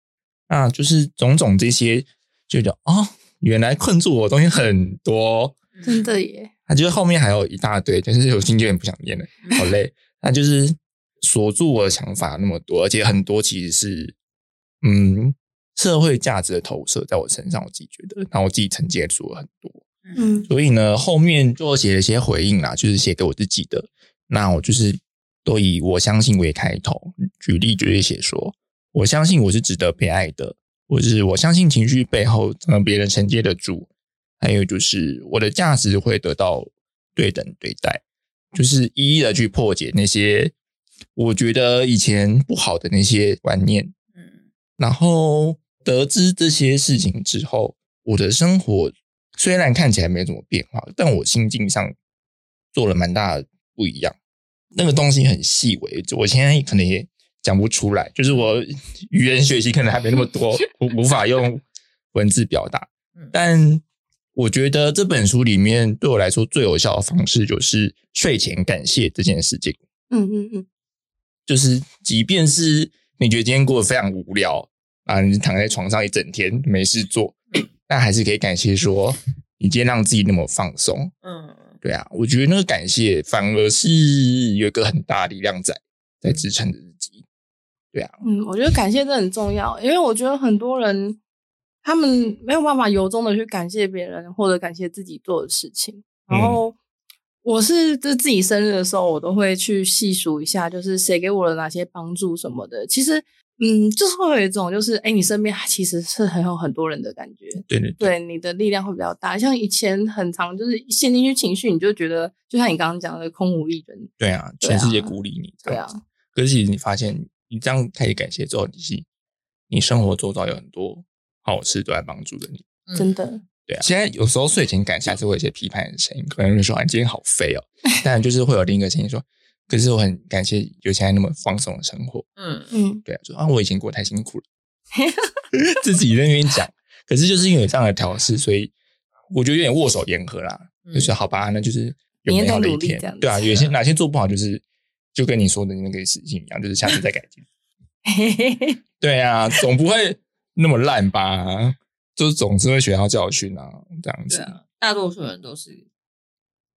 [SPEAKER 2] 那就是种种这些，就觉得哦，原来困住我的东西很多。
[SPEAKER 3] 嗯
[SPEAKER 1] 真的耶，
[SPEAKER 2] 那就是后面还有一大堆，但是我今天有点不想念了，好累。那就是锁住我的想法那么多，而且很多其实是嗯社会价值的投射在我身上，我自己觉得，然后我自己承接住了很多。
[SPEAKER 1] 嗯
[SPEAKER 2] 所以呢，后面就写了一些回应啦，就是写给我自己的。那我就是都以我相信为开头，举例就是写说，我相信我是值得被爱的，或是我相信情绪背后让别人承接得住，还有就是我的价值会得到对等对待，就是一一的去破解那些我觉得以前不好的那些观念，
[SPEAKER 3] 嗯
[SPEAKER 2] 然后得知这些事情之后，我的生活虽然看起来没怎么变化，但我心境上做了蛮大的不一样。那个东西很细微，我现在可能也讲不出来，就是我语言学习可能还没那么多，无无法用文字表达
[SPEAKER 3] 嗯。
[SPEAKER 2] 但我觉得这本书里面对我来说最有效的方式就是睡前感谢这件事情。
[SPEAKER 1] 嗯嗯嗯，
[SPEAKER 2] 就是即便是你觉得今天过得非常无聊啊，你躺在床上一整天没事做，但还是可以感谢说你今天让自己那么放松，
[SPEAKER 3] 嗯，
[SPEAKER 2] 对啊，我觉得那个感谢反而是有一个很大的力量在在支撑着自己。对啊，
[SPEAKER 1] 嗯，我觉得感谢这很重要，因为我觉得很多人他们没有办法由衷的去感谢别人或者感谢自己做的事情。然后我是就自己生日的时候，我都会去细数一下，就是谁给我了哪些帮助什么的。其实，嗯，就是会有一种就是，哎，你身边其实是很有很多人的感觉，
[SPEAKER 2] 对对
[SPEAKER 1] 对你的力量会比较大。像以前很长就是陷进去情绪，你就觉得就像你刚刚讲的空无一人，
[SPEAKER 2] 对啊，
[SPEAKER 1] 对啊
[SPEAKER 2] 全世界鼓励你，
[SPEAKER 1] 对啊。
[SPEAKER 2] 可是其实你发现，你这样开始感谢之后，你是你生活周遭有很多好事都在帮助着你。
[SPEAKER 3] 嗯
[SPEAKER 1] 真的，
[SPEAKER 2] 对啊，现在有时候睡前感谢还是会有一些批判的声音，可能会说啊，你今天好废哦。但就是会有另一个声音说，可是我很感谢有现在那么放松的生活。
[SPEAKER 3] 嗯，
[SPEAKER 1] 嗯，
[SPEAKER 2] 对啊，说啊，我以前过得太辛苦了， 自己在那边讲。可是就是因为有这样的调试，所以我觉得有点握手言和啦。
[SPEAKER 3] 嗯
[SPEAKER 2] 就是好吧，那就是有
[SPEAKER 1] 明天
[SPEAKER 2] 美好的
[SPEAKER 1] 再
[SPEAKER 2] 一
[SPEAKER 1] 努力
[SPEAKER 2] 天
[SPEAKER 1] 这样。子
[SPEAKER 2] 对啊，有些哪些做不好，就是就跟你说的那个事情一样，就是下次再改 进。对啊，总不会那么烂吧？就是总是会学到教训啊，这样
[SPEAKER 3] 对
[SPEAKER 2] 子。
[SPEAKER 3] 啊，大多数人都是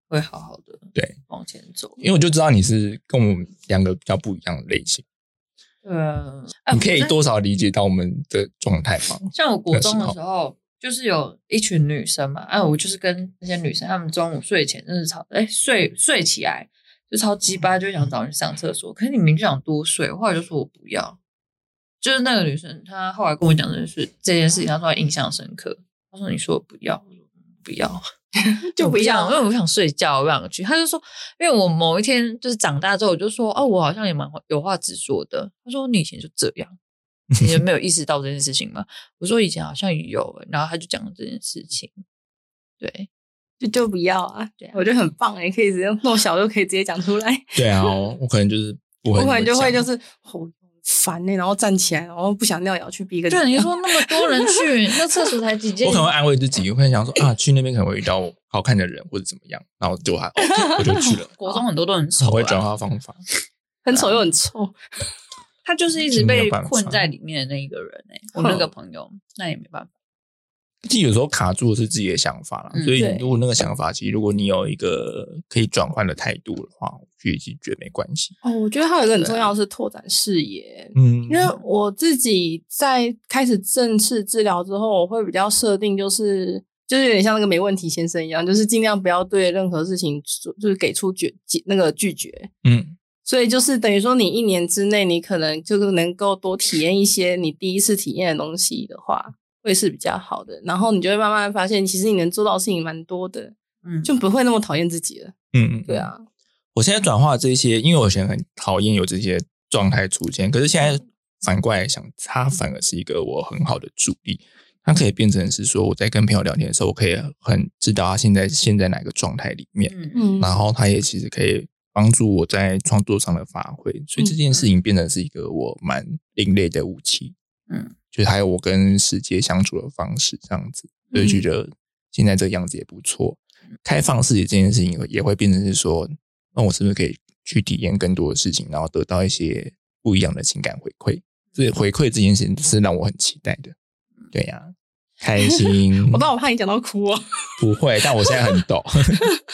[SPEAKER 3] 会好好的，
[SPEAKER 2] 对，
[SPEAKER 3] 往前走。
[SPEAKER 2] 因为我就知道你是跟我们两个比较不一样的类型，
[SPEAKER 3] 对啊，啊
[SPEAKER 2] 你可以
[SPEAKER 3] 我在
[SPEAKER 2] 多少理解到我们的状态吗？
[SPEAKER 3] 像我国中的时候，就是有一群女生嘛，啊，我就是跟那些女生，她们中午睡前真是吵，哎、睡睡起来就超鸡巴，就想找你上厕所，可是你明明就想多睡，后来就说我不要。就是那个女生，她后来跟我讲的是这件事情，她说她印象深刻。她说：“你说我不要，我说嗯不要，
[SPEAKER 1] 就不要啊
[SPEAKER 3] 我因为我想睡觉，我不想去。”她就说：“因为我某一天就是长大之后，我就说哦，我好像也蛮有话直说的。”她说：“你以前就这样， 你就没有意识到这件事情吗？”我说以前好像有欸，然后他就讲了这件事情。对，
[SPEAKER 1] 就就不要啊！
[SPEAKER 3] 对啊
[SPEAKER 1] 我觉得很棒、欸，你可以直接弄小就可以直接讲出来。
[SPEAKER 2] 对啊，我可能就是不
[SPEAKER 1] 我
[SPEAKER 2] 会，
[SPEAKER 1] 可能就会就。是好烦呢、然后站起来，然后不想尿也要去逼个。
[SPEAKER 3] 对，你说那么多人去，那厕所才几间
[SPEAKER 2] 我可，能会安慰自己，我可能想说啊，去那边可能会遇到好看的人或者怎么样，然后就还 OK，我就去了。
[SPEAKER 3] 国中很多都很
[SPEAKER 2] 我
[SPEAKER 3] 丑
[SPEAKER 2] 会转
[SPEAKER 3] 啊，
[SPEAKER 2] 化方法，
[SPEAKER 1] 很丑又很臭，
[SPEAKER 3] 他就是一直被困在里面的那一个人哎、我那个朋友，那也没办法。
[SPEAKER 2] 其实有时候卡住的是自己的想法啦，
[SPEAKER 3] 嗯
[SPEAKER 2] 所以
[SPEAKER 1] 对
[SPEAKER 2] 如果那个想法，其实如果你有一个可以转换的态度的话，我其实觉得没关系。
[SPEAKER 1] 哦，我觉得还有一个很重要的是拓展视野。
[SPEAKER 2] 嗯，
[SPEAKER 1] 因为我自己在开始正式治疗之后，我会比较设定就是。就是有点像那个没问题先生一样，就是尽量不要对任何事情做就是给出拒那个拒绝，
[SPEAKER 2] 嗯，
[SPEAKER 1] 所以就是等于说，你一年之内，你可能就是能够多体验一些你第一次体验的东西的话，会是比较好的。然后你就会慢慢发现，其实你能做到的事情蛮多的，
[SPEAKER 3] 嗯，
[SPEAKER 1] 就不会那么讨厌自己了。
[SPEAKER 2] 嗯，嗯
[SPEAKER 1] 对，啊，
[SPEAKER 2] 我现在转化这些，因为我以前很讨厌有这些状态出现，可是现在反过来想，它反而是一个我很好的助力。它可以变成是说，我在跟朋友聊天的时候，我可以很知道他现在现在哪个状态里面，
[SPEAKER 3] 嗯
[SPEAKER 1] 嗯，。
[SPEAKER 2] 然后他也其实可以帮助我在创作上的发挥，所以
[SPEAKER 3] 嗯
[SPEAKER 2] 这件事情变成是一个我蛮另类的武器。
[SPEAKER 3] 嗯，
[SPEAKER 2] 就是还有我跟世界相处的方式这样子，所以觉
[SPEAKER 3] 嗯
[SPEAKER 2] 得现在这个样子也不错。开放视野这件事情也会变成是说，那我是不是可以去体验更多的事情，然后得到一些不一样的情感回馈？所
[SPEAKER 3] 嗯
[SPEAKER 2] 以回馈这件事情是让我很期待的。对呀、
[SPEAKER 3] 嗯
[SPEAKER 2] 开心
[SPEAKER 1] 我但我怕你讲到哭哦。
[SPEAKER 2] 不会，但我现在很抖，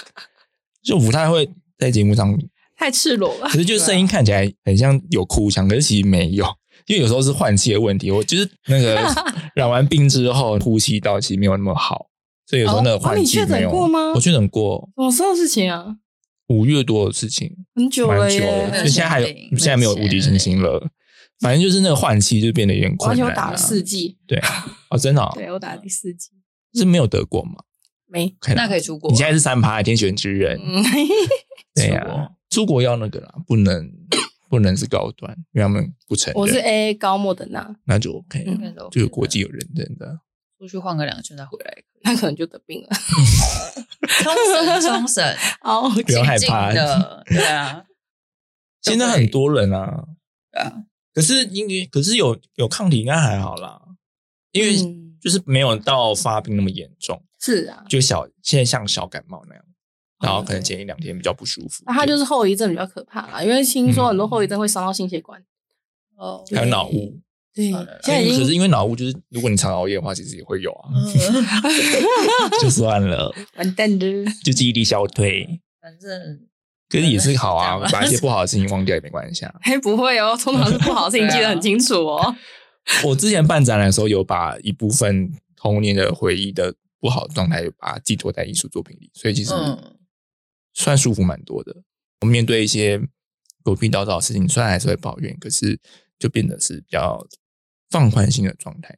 [SPEAKER 2] 就不太会在节目上，
[SPEAKER 1] 太赤裸了啊
[SPEAKER 2] 可，是就是声音看起来很像有哭腔，可是其实没有，因为有时候是换气的问题。我就是那 个染完病之后，呼吸道其实没有那么好，所以有时候那个
[SPEAKER 1] 哦
[SPEAKER 2] 换
[SPEAKER 1] 哦
[SPEAKER 2] 气
[SPEAKER 1] 你确诊
[SPEAKER 2] 没有。
[SPEAKER 1] 过吗
[SPEAKER 2] 我确诊过
[SPEAKER 1] 什么时候的事情啊？
[SPEAKER 2] 五月多的事情，
[SPEAKER 1] 很久
[SPEAKER 2] 蛮
[SPEAKER 1] 了
[SPEAKER 2] 久了，
[SPEAKER 3] 没
[SPEAKER 2] 所以
[SPEAKER 3] 有
[SPEAKER 1] 耶，
[SPEAKER 2] 现在还有
[SPEAKER 3] 钱领
[SPEAKER 2] 现在没有
[SPEAKER 3] 没有
[SPEAKER 2] 无敌星星了。反正就是那个换气就变得有点
[SPEAKER 1] 我而
[SPEAKER 2] 困
[SPEAKER 1] 且我
[SPEAKER 2] 难、啊。
[SPEAKER 1] 打了四剂，
[SPEAKER 2] 对哦，真的、哦、
[SPEAKER 1] 对我打了第四剂，
[SPEAKER 2] 是没有得过吗？
[SPEAKER 1] 没，
[SPEAKER 2] 可以啦
[SPEAKER 3] 那可以出国。
[SPEAKER 2] 你现在是三趴天选之人，
[SPEAKER 1] 嗯，
[SPEAKER 2] 对呀、
[SPEAKER 3] 出国
[SPEAKER 2] 出国要那个啦，不 能不能是高端，因为他们不承认。
[SPEAKER 1] 我是 A 高莫德纳，
[SPEAKER 2] 那就 OK，、
[SPEAKER 1] 嗯
[SPEAKER 2] 就有国际有认证的。
[SPEAKER 3] 出去晃个两圈再回来，
[SPEAKER 1] 那可能就得病了。
[SPEAKER 3] 冲绳冲绳，
[SPEAKER 1] 哦，
[SPEAKER 2] 不要害
[SPEAKER 3] 静静
[SPEAKER 2] 怕
[SPEAKER 3] 的，对啊，
[SPEAKER 2] 现在很多人啊，
[SPEAKER 3] 对啊，
[SPEAKER 2] 可是因为可是有有抗体应该还好啦，因为
[SPEAKER 1] 嗯
[SPEAKER 2] 就是没有到发病那么严重，
[SPEAKER 1] 是啊，
[SPEAKER 2] 就小现在像小感冒那样，然后可能前一两天比较不舒服，
[SPEAKER 1] 哦那它就是后遗症比较可怕啦，因为听说很多后遗症会伤到心血管，嗯
[SPEAKER 3] 哦，
[SPEAKER 2] 还有脑雾，哎
[SPEAKER 1] 对，
[SPEAKER 3] 算了啦
[SPEAKER 1] 现在已
[SPEAKER 2] 可是
[SPEAKER 1] 经
[SPEAKER 2] 因为脑雾，就是如果你常熬夜的话，其实也会有啊，
[SPEAKER 3] 嗯，
[SPEAKER 1] 嗯
[SPEAKER 2] 就算了，
[SPEAKER 1] 完蛋了。
[SPEAKER 2] 就记忆力消退。
[SPEAKER 3] 反正
[SPEAKER 2] 可是也是好啊，
[SPEAKER 3] 对
[SPEAKER 2] 把一些不好的事情忘掉也没关系啊。
[SPEAKER 1] 嘿，不会哦，通常是不好的事情
[SPEAKER 3] 对啊
[SPEAKER 1] 记得很清楚 哦。
[SPEAKER 2] 我之前办展览的时候，有把一部分童年的回忆的不好的状态，有把它寄托在艺术作品里，所以其实
[SPEAKER 3] 嗯
[SPEAKER 2] 算舒服蛮多的。我们面对一些狗屁叨叨的事情，虽然还是会抱怨，可是就变得是比较放宽心的状态。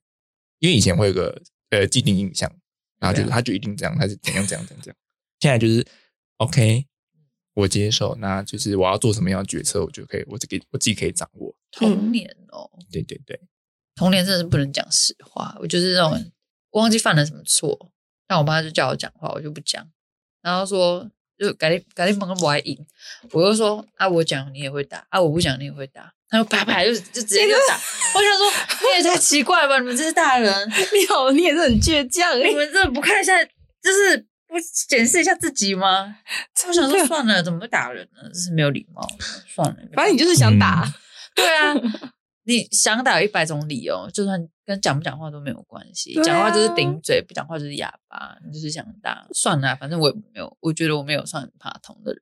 [SPEAKER 2] 因为以前会有个呃既定印象，然后就是
[SPEAKER 3] 对
[SPEAKER 2] 他就一定这样，他是怎样怎样怎样怎样。现在就是 OK，我接受，那就是我要做什么样的决策，我就可以，我自己我自己可以掌握。
[SPEAKER 3] 童年哦，
[SPEAKER 2] 对对对，
[SPEAKER 3] 童年真的是不能讲实话，我就是那种我忘记犯了什么错，但我妈就叫我讲话，我就不讲，然后说就赶紧赶紧帮我来赢，我就说啊我讲你也会打啊我不讲你也会打，她就啪啪就就直接就打，我想说你也太奇怪了吧，你们这些大人，
[SPEAKER 1] 你好，你也是很倔强哎
[SPEAKER 3] 你。们这不看一下就是不检视一下自己吗？我想说算了，怎么会打人呢？就是没有礼貌，算了，
[SPEAKER 1] 反正你就是想打，
[SPEAKER 2] 嗯
[SPEAKER 3] 对啊，你想打有一百种理由，就算跟讲不讲话都没有关系，
[SPEAKER 1] 对啊
[SPEAKER 3] 讲话就是顶嘴，不讲话就是哑巴，你就是想打，算了啊、反正我也没有，我觉得我没有算很怕痛的人，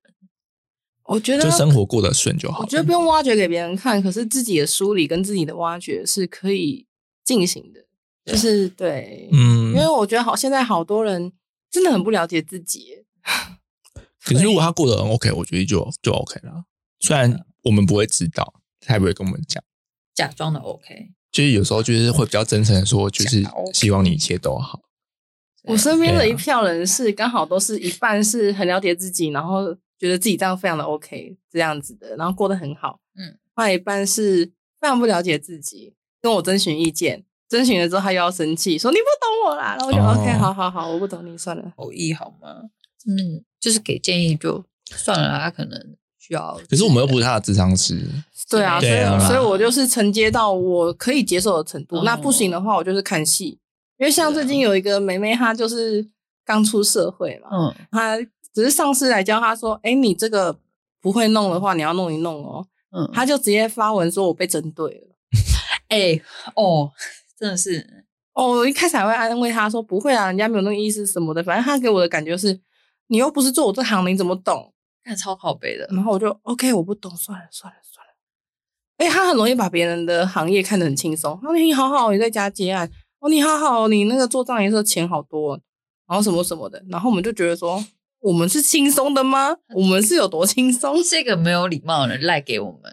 [SPEAKER 1] 我觉得
[SPEAKER 2] 就生活过得顺就好
[SPEAKER 1] 我
[SPEAKER 2] 了。
[SPEAKER 1] 觉得不用挖掘给别人看，可是自己的梳理跟自己的挖掘是可以进行的，就是对，
[SPEAKER 2] 嗯
[SPEAKER 1] 因，为我觉得好，现在好多人真的很不了解自己，
[SPEAKER 2] 可是如果他过得很 OK，我觉得就就 OK 了。虽然我们不会知道，他也不会跟我们讲，
[SPEAKER 3] 假装的 OK，
[SPEAKER 2] 就是有时候就是会比较真诚的说，就是希望你一切都好。
[SPEAKER 1] 我身边的
[SPEAKER 2] 对啊
[SPEAKER 1] 一票人是刚好都是一半是很了解自己，然后觉得自己这样非常的 OK 这样子的，然后过得很好。
[SPEAKER 3] 嗯，
[SPEAKER 1] 另外一半是非常不了解自己，跟我征询意见，征询了之后他又要生气，说你不懂我啦。然后我就、
[SPEAKER 2] 哦
[SPEAKER 1] OK，好好好，我不懂你，算了。
[SPEAKER 3] 偶意好吗？嗯，就是给建议就算了啊，他可能需要，
[SPEAKER 2] 可是我们又不是他的智商师，
[SPEAKER 1] 对啊，所以
[SPEAKER 2] 对啊
[SPEAKER 1] 所以我就是承接到我可以接受的程度。
[SPEAKER 3] 哦
[SPEAKER 1] 那不行的话，我就是看戏。因为
[SPEAKER 2] 啊
[SPEAKER 1] 像最近有一个妹妹，她就是刚出社会嘛，
[SPEAKER 3] 嗯，
[SPEAKER 1] 她只是上司来教她说：“哎、你这个不会弄的话，你要弄一弄哦。”
[SPEAKER 3] 嗯，
[SPEAKER 1] 她就直接发文说：“我被针对了。
[SPEAKER 3] 哎、哦，真的是”
[SPEAKER 1] 哦，我一开始还会安慰她说：“不会啊，人家没有那个意思什么的。”反正她给我的感觉是，你又不是做我这行，你怎么懂？
[SPEAKER 3] 看超靠背的，
[SPEAKER 1] 然后我就 OK，我不懂，算了算了算了。哎、他很容易把别人的行业看得很轻松。哦，你好好，你在家接案。哦，你好好，你那个做账也是钱好多哦、然后什么什么的。然后我们就觉得说，我们是轻松的吗？我们是有多轻松？
[SPEAKER 3] 这个没有礼貌的人赖给我 们，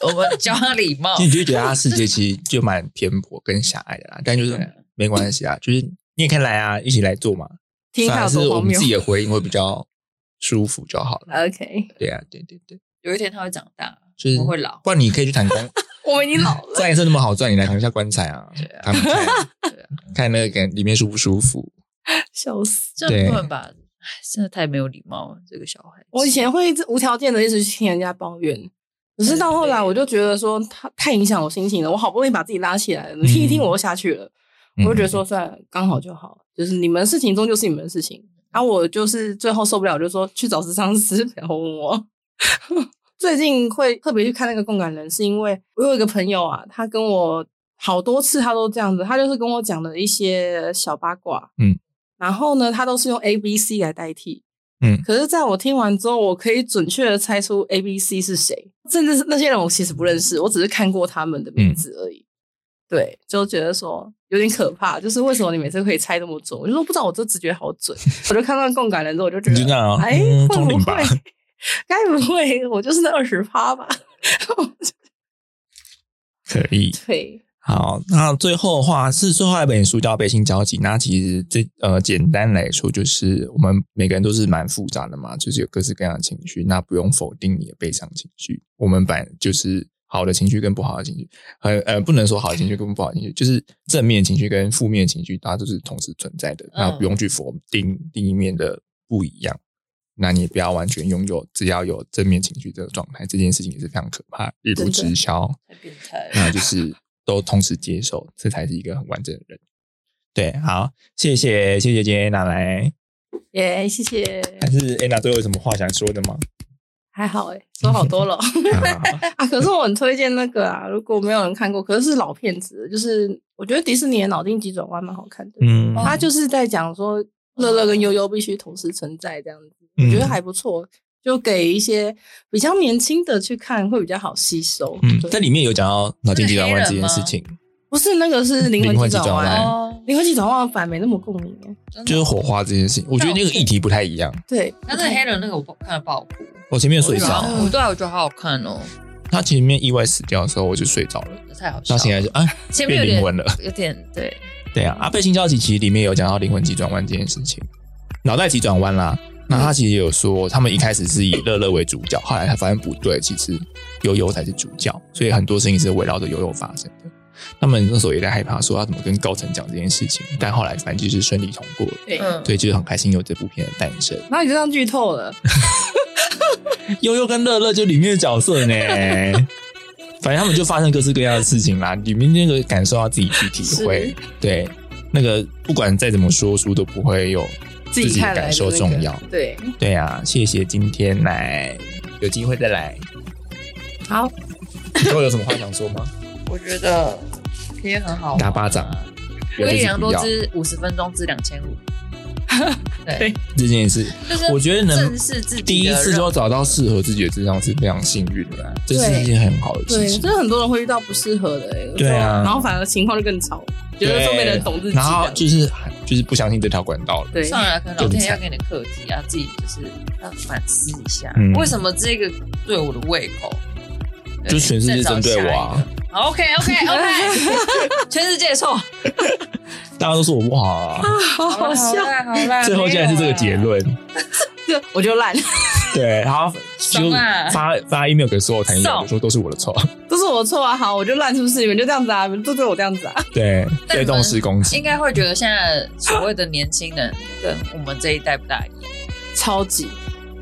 [SPEAKER 3] 我们教他礼貌
[SPEAKER 2] 其实，你就觉得他世界其实就蛮偏颇跟狭隘的啦。但就是
[SPEAKER 3] 对啊
[SPEAKER 2] 没关系啊，就是你也可以来啊，一起来做嘛。
[SPEAKER 1] 听
[SPEAKER 2] 反
[SPEAKER 1] 他
[SPEAKER 2] 而
[SPEAKER 1] 有
[SPEAKER 2] 是
[SPEAKER 1] 多
[SPEAKER 2] 我
[SPEAKER 1] 荒
[SPEAKER 2] 们
[SPEAKER 1] 谬
[SPEAKER 2] 自。己的回应会比较舒服就好了。
[SPEAKER 1] OK，
[SPEAKER 2] 对啊，对对对，
[SPEAKER 3] 有一天他会长大，
[SPEAKER 2] 就是
[SPEAKER 3] 我会老。
[SPEAKER 2] 不然你可以去谈 棺，
[SPEAKER 1] 我们已经 老了。
[SPEAKER 2] 葬也是那么好赚，你来扛一下棺材啊
[SPEAKER 3] 对，啊
[SPEAKER 2] 扛一下
[SPEAKER 3] 对啊，
[SPEAKER 2] 看那个感里面舒不舒服。
[SPEAKER 1] 笑死！
[SPEAKER 3] 这
[SPEAKER 2] 对
[SPEAKER 3] 不能把，唉真的太没有礼貌了，这个小孩子。
[SPEAKER 1] 我以前会一直无条件的一直去听人家抱怨，可是到后来我就觉得说，他太影响我心情了。我好不容易把自己拉起来了，你听一
[SPEAKER 2] 嗯
[SPEAKER 1] 听我又下去了，我就觉得说，算了，刚好就好，就是你们的事情终究是你们的事情。然后我就是最后受不了，我就说去找智商师，不要问我。 最近会特别去看那个共感人，是因为我有一个朋友啊，他跟我好多次他都这样子，他就是跟我讲的一些小八卦，
[SPEAKER 2] 嗯，
[SPEAKER 1] 然后呢，他都是用 A、B、C 来代替，
[SPEAKER 2] 嗯
[SPEAKER 1] 可是在我听完之后，我可以准确的猜出 A、B、C 是谁，甚至是那些人我其实不认识，我只是看过他们的
[SPEAKER 2] 嗯
[SPEAKER 1] 名字而已。对，就觉得说有点可怕，就是为什么你每次可以猜那么准？我就说不知道，我这直觉好 准。我就看到共感人之后，我就觉
[SPEAKER 2] 你
[SPEAKER 1] 得
[SPEAKER 2] 就这样啊，
[SPEAKER 1] 哎，
[SPEAKER 2] 嗯
[SPEAKER 1] 会
[SPEAKER 2] 通
[SPEAKER 1] 不
[SPEAKER 2] 灵吧
[SPEAKER 1] 会？该不会我就是那二十趴 吧？
[SPEAKER 2] 可以。
[SPEAKER 1] 对，
[SPEAKER 2] 好，那最后的话是最后一本书叫《背信交集》。那其实这呃，简单来说，就是我们每个人都是蛮复杂的嘛，就是有各式各样的情绪。那不用否定你的悲伤情绪，我们把就是好的情绪跟不好的情绪，呃
[SPEAKER 1] 嗯
[SPEAKER 2] 呃，不能说好的情绪跟不好的情绪，就是正面情绪跟负面情绪，它都是同时存在的。那不用去否定另一面的不一样。那你也不要完全拥有，只要有正面情绪这个状态，这件事情也是非常可怕，一如
[SPEAKER 1] 真的
[SPEAKER 2] 直销。
[SPEAKER 3] 太变态了。
[SPEAKER 2] 那就是都同时接受，这才是一个很完整的人。对，好，谢谢谢谢今天 Anna 来，
[SPEAKER 1] 耶、谢谢。
[SPEAKER 2] 哎还是 Anna 最后有什么话想说的吗？
[SPEAKER 1] 还好哎、说好 多了 啊。可是我很推荐那个啊，如果没有人看过，可是是老片子，就是我觉得迪士尼的脑筋急转弯蛮好看的。
[SPEAKER 2] 嗯，
[SPEAKER 1] 他就是在讲说，乐乐跟悠悠必须同时存在这样子，
[SPEAKER 2] 嗯
[SPEAKER 1] 我觉得还不错，就给一些比较年轻的去看会比较好吸收。
[SPEAKER 2] 嗯，
[SPEAKER 1] 对
[SPEAKER 2] 在里面有讲到脑筋急转弯这件事情，
[SPEAKER 1] 不是那个是灵
[SPEAKER 2] 灵
[SPEAKER 1] 魂
[SPEAKER 2] 魂
[SPEAKER 1] 急
[SPEAKER 2] 急
[SPEAKER 1] 转
[SPEAKER 2] 转
[SPEAKER 1] 弯
[SPEAKER 2] 弯，
[SPEAKER 3] 哦，
[SPEAKER 1] 灵魂急转弯反而没那么共鸣耶。
[SPEAKER 3] 真的
[SPEAKER 2] 嗯就是火花这件事情，我觉得那个议题不太一样。
[SPEAKER 1] 对，
[SPEAKER 3] 但是黑人那个我看了爆哭，
[SPEAKER 2] 我前面睡
[SPEAKER 3] 我
[SPEAKER 2] 着
[SPEAKER 3] 觉，得我对啊，我觉得好好看哦，
[SPEAKER 2] 他前面意外死掉的时候我就睡着了，
[SPEAKER 3] 太好笑
[SPEAKER 2] 到
[SPEAKER 3] 了。
[SPEAKER 2] 现在就啊，
[SPEAKER 3] 前
[SPEAKER 2] 变
[SPEAKER 3] 面有
[SPEAKER 2] 灵
[SPEAKER 3] 点
[SPEAKER 2] 魂了。
[SPEAKER 3] 有点对，
[SPEAKER 2] 对啊，《阿贝新交集》其实里面有讲到灵魂急转弯这件事情，脑袋急转弯啦。那他其实也有说，他们一开始是以乐乐为主角，后来他发现不对，其实悠悠才是主角，所以很多事情是围绕着悠悠发生的。他们那时候也在害怕说要怎么跟高层讲这件事情，但后来反正就是顺利通过了，
[SPEAKER 1] 对。
[SPEAKER 3] 嗯，
[SPEAKER 2] 所以就是很开心有这部片的诞生。
[SPEAKER 1] 然后你就这样剧透 了，
[SPEAKER 2] 悠悠跟乐乐就里面的角色呢，反正他们就发生各式各样的事情啦，里面那个感受要自己去体会
[SPEAKER 1] 是。
[SPEAKER 2] 对，那个不管再怎么说书都不会有
[SPEAKER 1] 自己
[SPEAKER 2] 己
[SPEAKER 1] 看来的
[SPEAKER 2] 感受
[SPEAKER 1] 那个
[SPEAKER 2] 重要。
[SPEAKER 1] 对，
[SPEAKER 2] 对啊，谢谢今天来，有机会再来。
[SPEAKER 1] 好，
[SPEAKER 2] 你都有什么话想说吗？
[SPEAKER 3] 我觉得也很好玩，
[SPEAKER 2] 打巴掌
[SPEAKER 3] 威廉
[SPEAKER 2] 有
[SPEAKER 3] 良多
[SPEAKER 2] 自己
[SPEAKER 3] 支五十分钟支两千五，对，
[SPEAKER 2] 这件事，
[SPEAKER 3] 就是
[SPEAKER 2] 我觉得能
[SPEAKER 3] 正视自己的
[SPEAKER 2] 第一次
[SPEAKER 3] 任
[SPEAKER 2] 就找到适合自己的智商是非常幸运的啊，这是一件很好的
[SPEAKER 1] 对，
[SPEAKER 2] 事情
[SPEAKER 1] 真。的很多人会遇到不适合的、欸，有时候
[SPEAKER 2] 对啊
[SPEAKER 1] 然后反而情况就更吵，觉得说没人懂自己，
[SPEAKER 2] 然后就是就是不相信这条管道了。
[SPEAKER 1] 对，
[SPEAKER 3] 上来可能老天要给你的课题啊，自己就是要反思一下，
[SPEAKER 2] 嗯
[SPEAKER 3] 为什么这个对我的胃口，对
[SPEAKER 2] 就全世界针对我啊。
[SPEAKER 3] OK OK OK，全 世界错，
[SPEAKER 2] 大家都说我不好啊，
[SPEAKER 1] 好好 笑，
[SPEAKER 3] 啦好啦
[SPEAKER 2] 最后竟然是这个结，论。
[SPEAKER 3] 啊
[SPEAKER 1] 这我就烂，
[SPEAKER 2] 对，然后就
[SPEAKER 3] 爽啊
[SPEAKER 2] 发发 email 给所有朋友，
[SPEAKER 3] 送
[SPEAKER 2] 我说都是我的 错。
[SPEAKER 1] 都是我错啊，好，我就烂，是不是？你们就这样子啊，你们都对我这样子啊，
[SPEAKER 2] 对，
[SPEAKER 3] 但
[SPEAKER 2] 被
[SPEAKER 3] 你们
[SPEAKER 2] 动式攻
[SPEAKER 3] 应
[SPEAKER 2] 击。
[SPEAKER 3] 该会觉得现在所谓的年轻人跟我们这一代不大一样，
[SPEAKER 1] 超级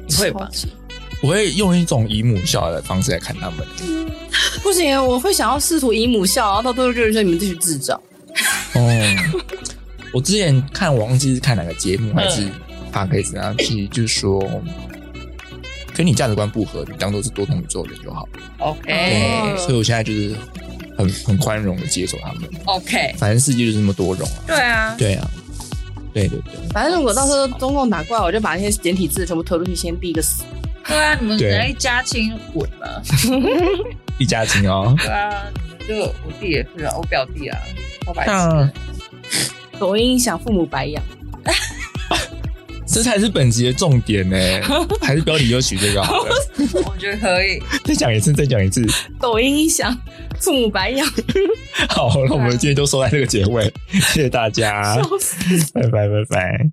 [SPEAKER 3] 你会吧
[SPEAKER 1] 超级
[SPEAKER 2] 我会用一种以母校的方式来看他们。
[SPEAKER 1] 不行啊，我会想要试图以母校，然后到最后就是说你们这群智障，
[SPEAKER 2] 哦， 我之前看我忘记是看哪个节目还
[SPEAKER 3] 嗯
[SPEAKER 2] 是 p o d c a 然后其实就是说，跟你价值观不合，你当做是多重宇宙人就好。
[SPEAKER 3] 哦 OK
[SPEAKER 1] 哦
[SPEAKER 2] 对，所以我现在就是很很宽容的接受他们，
[SPEAKER 3] 哦 OK，
[SPEAKER 2] 反正世界就是这么多种啊。
[SPEAKER 3] 对啊，
[SPEAKER 2] 对啊，对对对。
[SPEAKER 1] 反正如果到时候中共打过来，我就把那些简体字全部推出去，先第一个死。
[SPEAKER 3] 对啊，你们
[SPEAKER 2] 对
[SPEAKER 3] 人家一家亲滚了，
[SPEAKER 2] 一家亲 哦。
[SPEAKER 3] 对啊，你们就我弟也是啊，我表弟啊，超白痴。
[SPEAKER 1] 嗯
[SPEAKER 2] 那
[SPEAKER 1] 抖音想父母白养，
[SPEAKER 2] 这才是本集的重 点呢，还是标题就取这个好了。
[SPEAKER 3] 我觉得可以。
[SPEAKER 2] 再讲一次，再讲一次。
[SPEAKER 1] 抖音想父母白养，
[SPEAKER 2] 好了，我们今天就收在这个结尾，谢谢大家
[SPEAKER 1] 笑，死。
[SPEAKER 2] 拜拜，拜拜。